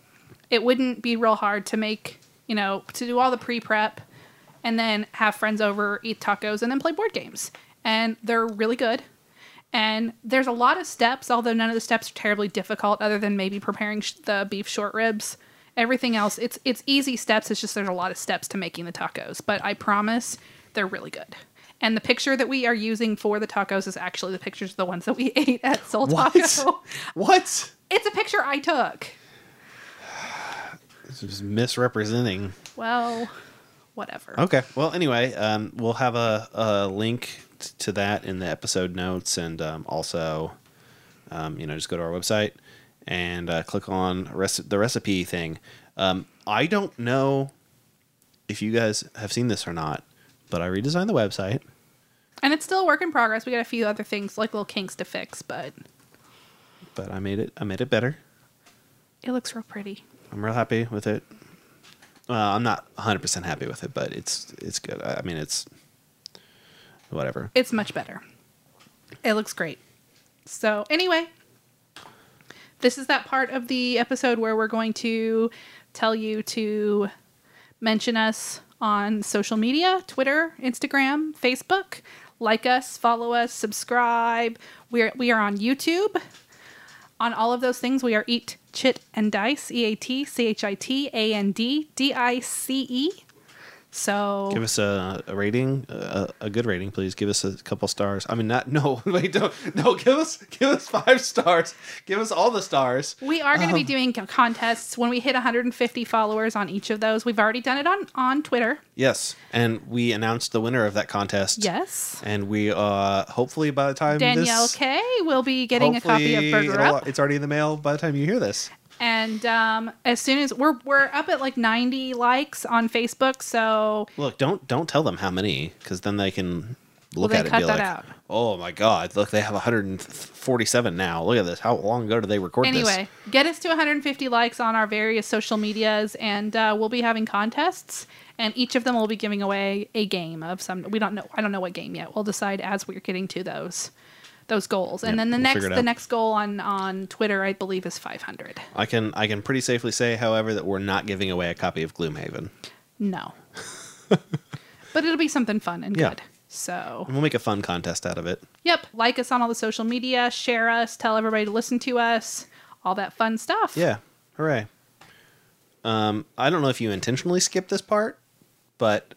Speaker 2: it wouldn't be real hard to make, you know, to do all the pre-prep and then have friends over, eat tacos and then play board games. And they're really good. And there's a lot of steps, although none of the steps are terribly difficult, other than maybe preparing sh- the beef short ribs. Everything else, it's it's easy steps. It's just there's a lot of steps to making the tacos. But I promise, they're really good. And the picture that we are using for the tacos is actually the pictures of the ones that we *laughs* ate at Soul
Speaker 1: What?
Speaker 2: Taco.
Speaker 1: What?
Speaker 2: It's a picture I took.
Speaker 1: This is misrepresenting.
Speaker 2: Well, whatever.
Speaker 1: Okay. Well, anyway, um, we'll have a, a link t- to that in the episode notes, and um, also, um, you know, just go to our website and uh, click on rec- the recipe thing. Um, I don't know if you guys have seen this or not, but I redesigned the website.
Speaker 2: And it's still a work in progress. We got a few other things, like little kinks to fix, but
Speaker 1: But I made it. I made it better.
Speaker 2: it looks real pretty.
Speaker 1: I'm real happy with it. Uh, I'm not 100 percent happy with it, but it's it's good. I, I mean, it's whatever.
Speaker 2: It's much better. It looks great. So, anyway, this is that part of the episode where we're going to tell you to mention us on social media Twitter, Instagram, Facebook. Like us, follow us, subscribe. We're, we are on YouTube. On all of those things, we are Eat, Chit, and Dice. E A T C H I T A N D D I C E. So
Speaker 1: Give us a, a rating, a, a good rating, please. Give us a couple stars. I mean, not *laughs* no, wait, don't, no. Give us give us five stars. Give us all the stars.
Speaker 2: We are going to be doing co- contests when we hit 150 followers on each of those. We've already done it on on Twitter.
Speaker 1: Yes, and we announced the winner of that contest.
Speaker 2: Yes.
Speaker 1: and we uh hopefully by the time
Speaker 2: Danielle
Speaker 1: this,
Speaker 2: K will be getting a copy of
Speaker 1: hopefully
Speaker 2: Burger
Speaker 1: it'll-
Speaker 2: Up,
Speaker 1: It's already in the mail by the time you hear this.
Speaker 2: and um, as soon as we're we're up at like 90 likes on Facebook, so
Speaker 1: Look, don't don't tell them how many, because then they can
Speaker 2: Well,
Speaker 1: look
Speaker 2: they
Speaker 1: at it
Speaker 2: cut
Speaker 1: and be
Speaker 2: that
Speaker 1: like,
Speaker 2: out.
Speaker 1: "Oh my God! Look, they have 147 now. Look at this. How long ago did they record this?"
Speaker 2: anyway, get us to 150 likes on our various social medias, and uh, we'll be having contests. And each of them will be giving away a game of some. We don't know. I don't know what game yet. We'll decide as we're getting to those those goals.
Speaker 1: Yep,
Speaker 2: and then the
Speaker 1: we'll
Speaker 2: next
Speaker 1: figure it
Speaker 2: the
Speaker 1: out.
Speaker 2: next goal on on Twitter, I believe, is 500.
Speaker 1: I can I can pretty safely say, however, that we're not giving away a copy of Gloomhaven.
Speaker 2: No,
Speaker 1: *laughs*
Speaker 2: but it'll be something fun and
Speaker 1: Yeah.
Speaker 2: good. So.
Speaker 1: We'll make a fun contest out of it.
Speaker 2: Yep. Like us on all the social media, share us, tell everybody to listen to us, all that fun stuff.
Speaker 1: Yeah, hooray! Um, I don't know if you intentionally skipped this part, but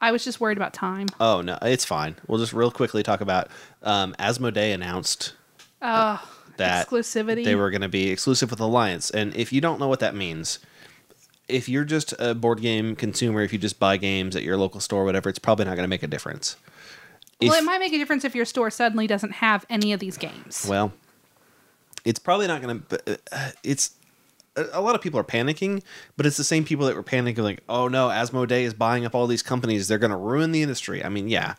Speaker 2: I was just worried about time.
Speaker 1: oh no, it's fine. We'll just real quickly talk about um, Asmodee announced
Speaker 2: Oh,
Speaker 1: that
Speaker 2: exclusivity.
Speaker 1: they were going to be exclusive with Alliance. And if you don't know what that means, if you're just a board game consumer, if you just buy games at your local store, whatever, it's probably not going to make a difference. If-
Speaker 2: well, it might make a difference if your store suddenly doesn't have any of these games.
Speaker 1: Well, it's probably not going to. It's a a lot of people are panicking, but it's the same people that were panicking, like, "Oh no, Asmodee is buying up all these companies. They're going to ruin the industry." I mean, yeah.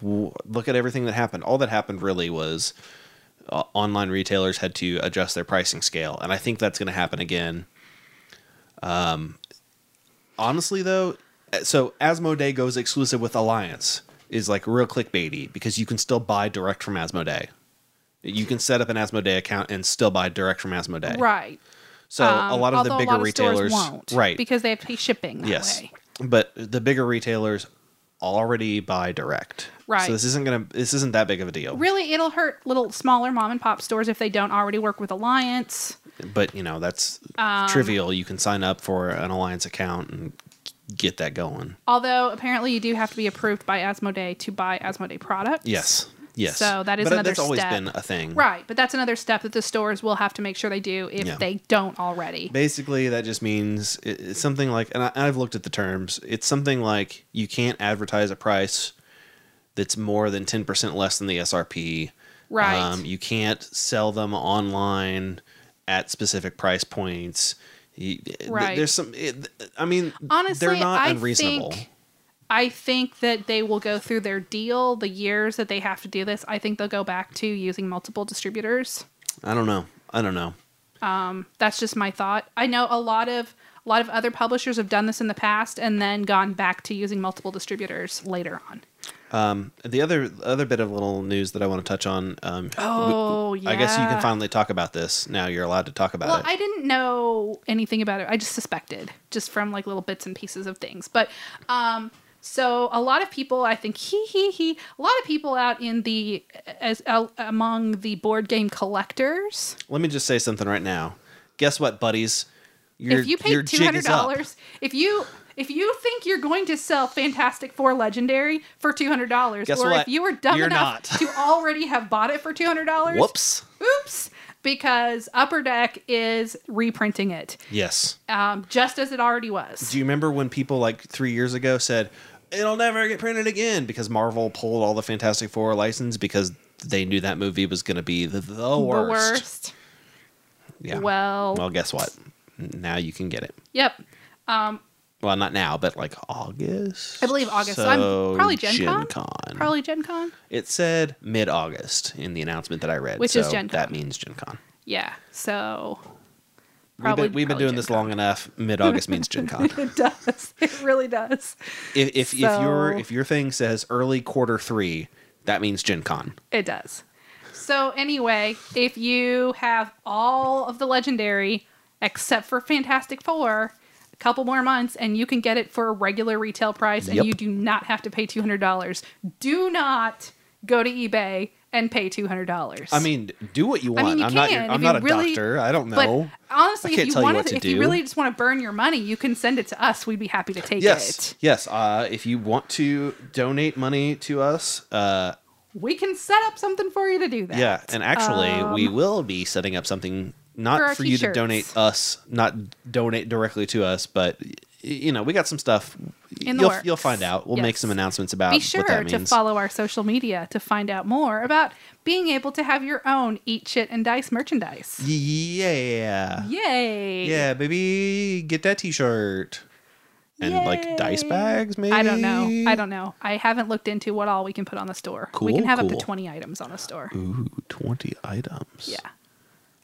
Speaker 1: W- Look at everything that happened. All that happened really was uh, online retailers had to adjust their pricing scale, and I think that's going to happen again. Um, honestly though uh, so asmodee goes exclusive with alliance is like real clickbaity because you can still buy direct from asmodee you can set up an asmodee account and still buy direct from asmodee
Speaker 2: right.
Speaker 1: so a
Speaker 2: Um,
Speaker 1: lot of the
Speaker 2: although a
Speaker 1: bigger
Speaker 2: lot of stores
Speaker 1: retailers
Speaker 2: won't,
Speaker 1: right
Speaker 2: because they have to pay shipping that
Speaker 1: yes
Speaker 2: way.
Speaker 1: but the bigger retailers already buy direct
Speaker 2: Right.
Speaker 1: so this isn't gonna this isn't that big of a deal
Speaker 2: Really, it'll hurt little smaller mom and pop stores if they don't already work with Alliance.
Speaker 1: but you know that's
Speaker 2: Um,
Speaker 1: trivial you can sign up for an alliance account and get that going
Speaker 2: Although apparently you do have to be approved by Asmodee to buy Asmodee products.
Speaker 1: yes yes
Speaker 2: So that is
Speaker 1: but uh,
Speaker 2: another
Speaker 1: that's always
Speaker 2: step.
Speaker 1: been a thing
Speaker 2: Right, but that's another step that the stores will have to make sure they do if
Speaker 1: Yeah.
Speaker 2: they don't already.
Speaker 1: basically that just means it- it's something like and I, i've looked at the terms it's something like you can't advertise a price that's more than 10% less than the srp
Speaker 2: Right.
Speaker 1: Um, you can't sell them online at specific price points You- th-
Speaker 2: Right.
Speaker 1: there's some it, i mean
Speaker 2: Honestly,
Speaker 1: they're not
Speaker 2: I
Speaker 1: unreasonable
Speaker 2: think I think that they will go through their deal, the years that they have to do this. I think they'll go back to using multiple distributors.
Speaker 1: i don't know i don't know
Speaker 2: That's just my thought. I know a lot of a lot of other publishers have done this in the past and then gone back to using multiple distributors later on.
Speaker 1: the other other bit of little news that i want to touch on um,
Speaker 2: Oh, yeah.
Speaker 1: i guess you can finally talk about this now you're allowed to talk about
Speaker 2: Well,
Speaker 1: it
Speaker 2: I didn't know anything about it. I just suspected, just from like little bits and pieces of things. But um, so a lot of people, I think, he he he, a lot of people out in the as uh, among the board game collectors.
Speaker 1: Let me just say something right now. Guess what, buddies? Your,
Speaker 2: if you
Speaker 1: your
Speaker 2: pay
Speaker 1: jig
Speaker 2: two hundred
Speaker 1: is up.
Speaker 2: dollars, if you if you think you're going to sell Fantastic Four Legendary for two hundred dollars,
Speaker 1: Guess
Speaker 2: or if
Speaker 1: what?
Speaker 2: you were dumb
Speaker 1: You're
Speaker 2: enough
Speaker 1: not.
Speaker 2: to already have bought it for two hundred dollars,
Speaker 1: Whoops.
Speaker 2: oops, because Upper Deck is reprinting it
Speaker 1: Yes.
Speaker 2: um, just as it already was.
Speaker 1: Do you remember when people like three years ago said it'll never get printed again because Marvel pulled all the Fantastic Four license because they knew that movie was going to be the, the worst.
Speaker 2: The worst.
Speaker 1: Yeah.
Speaker 2: Well,
Speaker 1: Well, guess what? Now you can get it.
Speaker 2: yep. Um,
Speaker 1: Well, not now, but like August.
Speaker 2: I believe August. So I'm- probably Gen Con?
Speaker 1: Con.
Speaker 2: Probably Gen Con.
Speaker 1: It said mid August in the announcement that I read.
Speaker 2: Which is
Speaker 1: so
Speaker 2: Gen
Speaker 1: That
Speaker 2: Con.
Speaker 1: means Gen Con.
Speaker 2: Yeah. So
Speaker 1: We've
Speaker 2: Probably-
Speaker 1: been, we've been
Speaker 2: probably
Speaker 1: doing
Speaker 2: Gen
Speaker 1: this
Speaker 2: Con.
Speaker 1: long enough. Mid August means Gen
Speaker 2: *laughs*
Speaker 1: Con.
Speaker 2: it does. It really does.
Speaker 1: If if, if your
Speaker 2: So-
Speaker 1: if your thing says early quarter three, that means Gen Con.
Speaker 2: It does. So anyway, if you have all of the legendary except for Fantastic Four, a couple more months and you can get it for a regular retail price and
Speaker 1: Yep.
Speaker 2: you do not have to pay $200. Do not go to eBay and pay $200.
Speaker 1: I mean, do what you
Speaker 2: I
Speaker 1: want.
Speaker 2: mean, you
Speaker 1: am
Speaker 2: can.
Speaker 1: not your,
Speaker 2: if
Speaker 1: I'm
Speaker 2: you
Speaker 1: not a
Speaker 2: really-
Speaker 1: doctor. I don't
Speaker 2: but
Speaker 1: know. I
Speaker 2: honestly,
Speaker 1: can't
Speaker 2: if
Speaker 1: tell
Speaker 2: you
Speaker 1: you what
Speaker 2: wanted,
Speaker 1: to
Speaker 2: if you
Speaker 1: do.
Speaker 2: really just want to burn your money, you can send it to us. We'd be happy to take
Speaker 1: Yes,
Speaker 2: it.
Speaker 1: yes. Uh, if you want to donate money to us, uh,
Speaker 2: We can set up something for you to do that.
Speaker 1: yeah. And actually, we will be setting up something
Speaker 2: Um, for
Speaker 1: not
Speaker 2: our
Speaker 1: for, you to
Speaker 2: t-shirts.
Speaker 1: donate us, not donate directly to us, but y- you know, we got some stuff.
Speaker 2: In the
Speaker 1: you'll
Speaker 2: works.
Speaker 1: you'll find out. We'll make
Speaker 2: Yes.
Speaker 1: some announcements about
Speaker 2: Be sure
Speaker 1: what that
Speaker 2: to
Speaker 1: means.
Speaker 2: follow our social media to find out more about being able to have your own Eat Shit and Dice merchandise.
Speaker 1: Yeah.
Speaker 2: Yay!
Speaker 1: Yeah, baby, get that T-shirt and like dice
Speaker 2: Yay.
Speaker 1: bags. Maybe
Speaker 2: I don't know. I don't know. I haven't looked into what all we can put on the store. we
Speaker 1: Cool,
Speaker 2: can have
Speaker 1: cool.
Speaker 2: up to 20 items on the store.
Speaker 1: Ooh, twenty items.
Speaker 2: Yeah.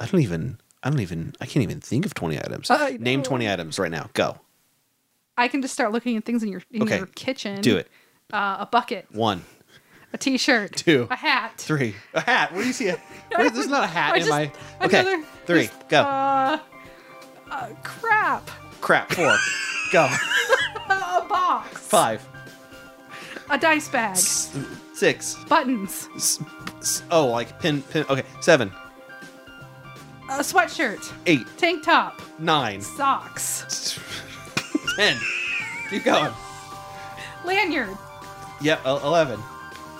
Speaker 1: I don't even. I don't even. I can't even think of twenty items.
Speaker 2: I
Speaker 1: Name
Speaker 2: know.
Speaker 1: twenty items right now. Go.
Speaker 2: I can just start looking at things in your in
Speaker 1: Okay.
Speaker 2: your kitchen.
Speaker 1: Do it.
Speaker 2: Uh, a bucket,
Speaker 1: One, *laughs*
Speaker 2: a t-shirt,
Speaker 1: Two.
Speaker 2: a hat,
Speaker 1: three. A hat. Where do you see it? Where, there's not a hat
Speaker 2: I
Speaker 1: in
Speaker 2: just-
Speaker 1: my. Okay.
Speaker 2: another-
Speaker 1: three.
Speaker 2: just,
Speaker 1: Go.
Speaker 2: Uh, uh, crap.
Speaker 1: Crap. Four.
Speaker 2: *laughs*
Speaker 1: go.
Speaker 2: A a box.
Speaker 1: Five.
Speaker 2: A dice bag.
Speaker 1: s- Six.
Speaker 2: Buttons.
Speaker 1: s- s- Oh, like pin. Pin. Okay. Seven.
Speaker 2: A sweatshirt.
Speaker 1: Eight.
Speaker 2: Tank top.
Speaker 1: Nine.
Speaker 2: Socks.
Speaker 1: Ten. Keep going.
Speaker 2: Lanyard.
Speaker 1: Yep. el- Eleven.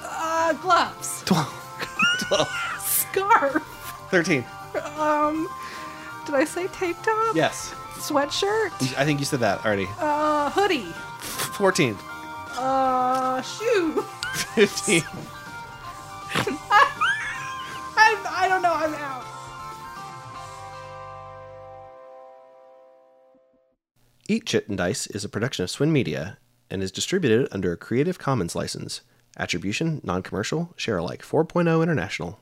Speaker 2: Uh, gloves.
Speaker 1: *laughs* 12, 12,
Speaker 2: Scarf.
Speaker 1: 13.
Speaker 2: Um, did I say tank top?
Speaker 1: Yes.
Speaker 2: Sweatshirt.
Speaker 1: I think you said that already.
Speaker 2: Uh, hoodie.
Speaker 1: 14.
Speaker 2: Uh, shoe. *laughs*
Speaker 1: 15.
Speaker 2: I'm, I don't know. I'm out.
Speaker 1: *laughs* Eat Chit and Dice is a production of Swin Media and is distributed under a Creative Commons license. Attribution, non commercial, share alike 4.0 international.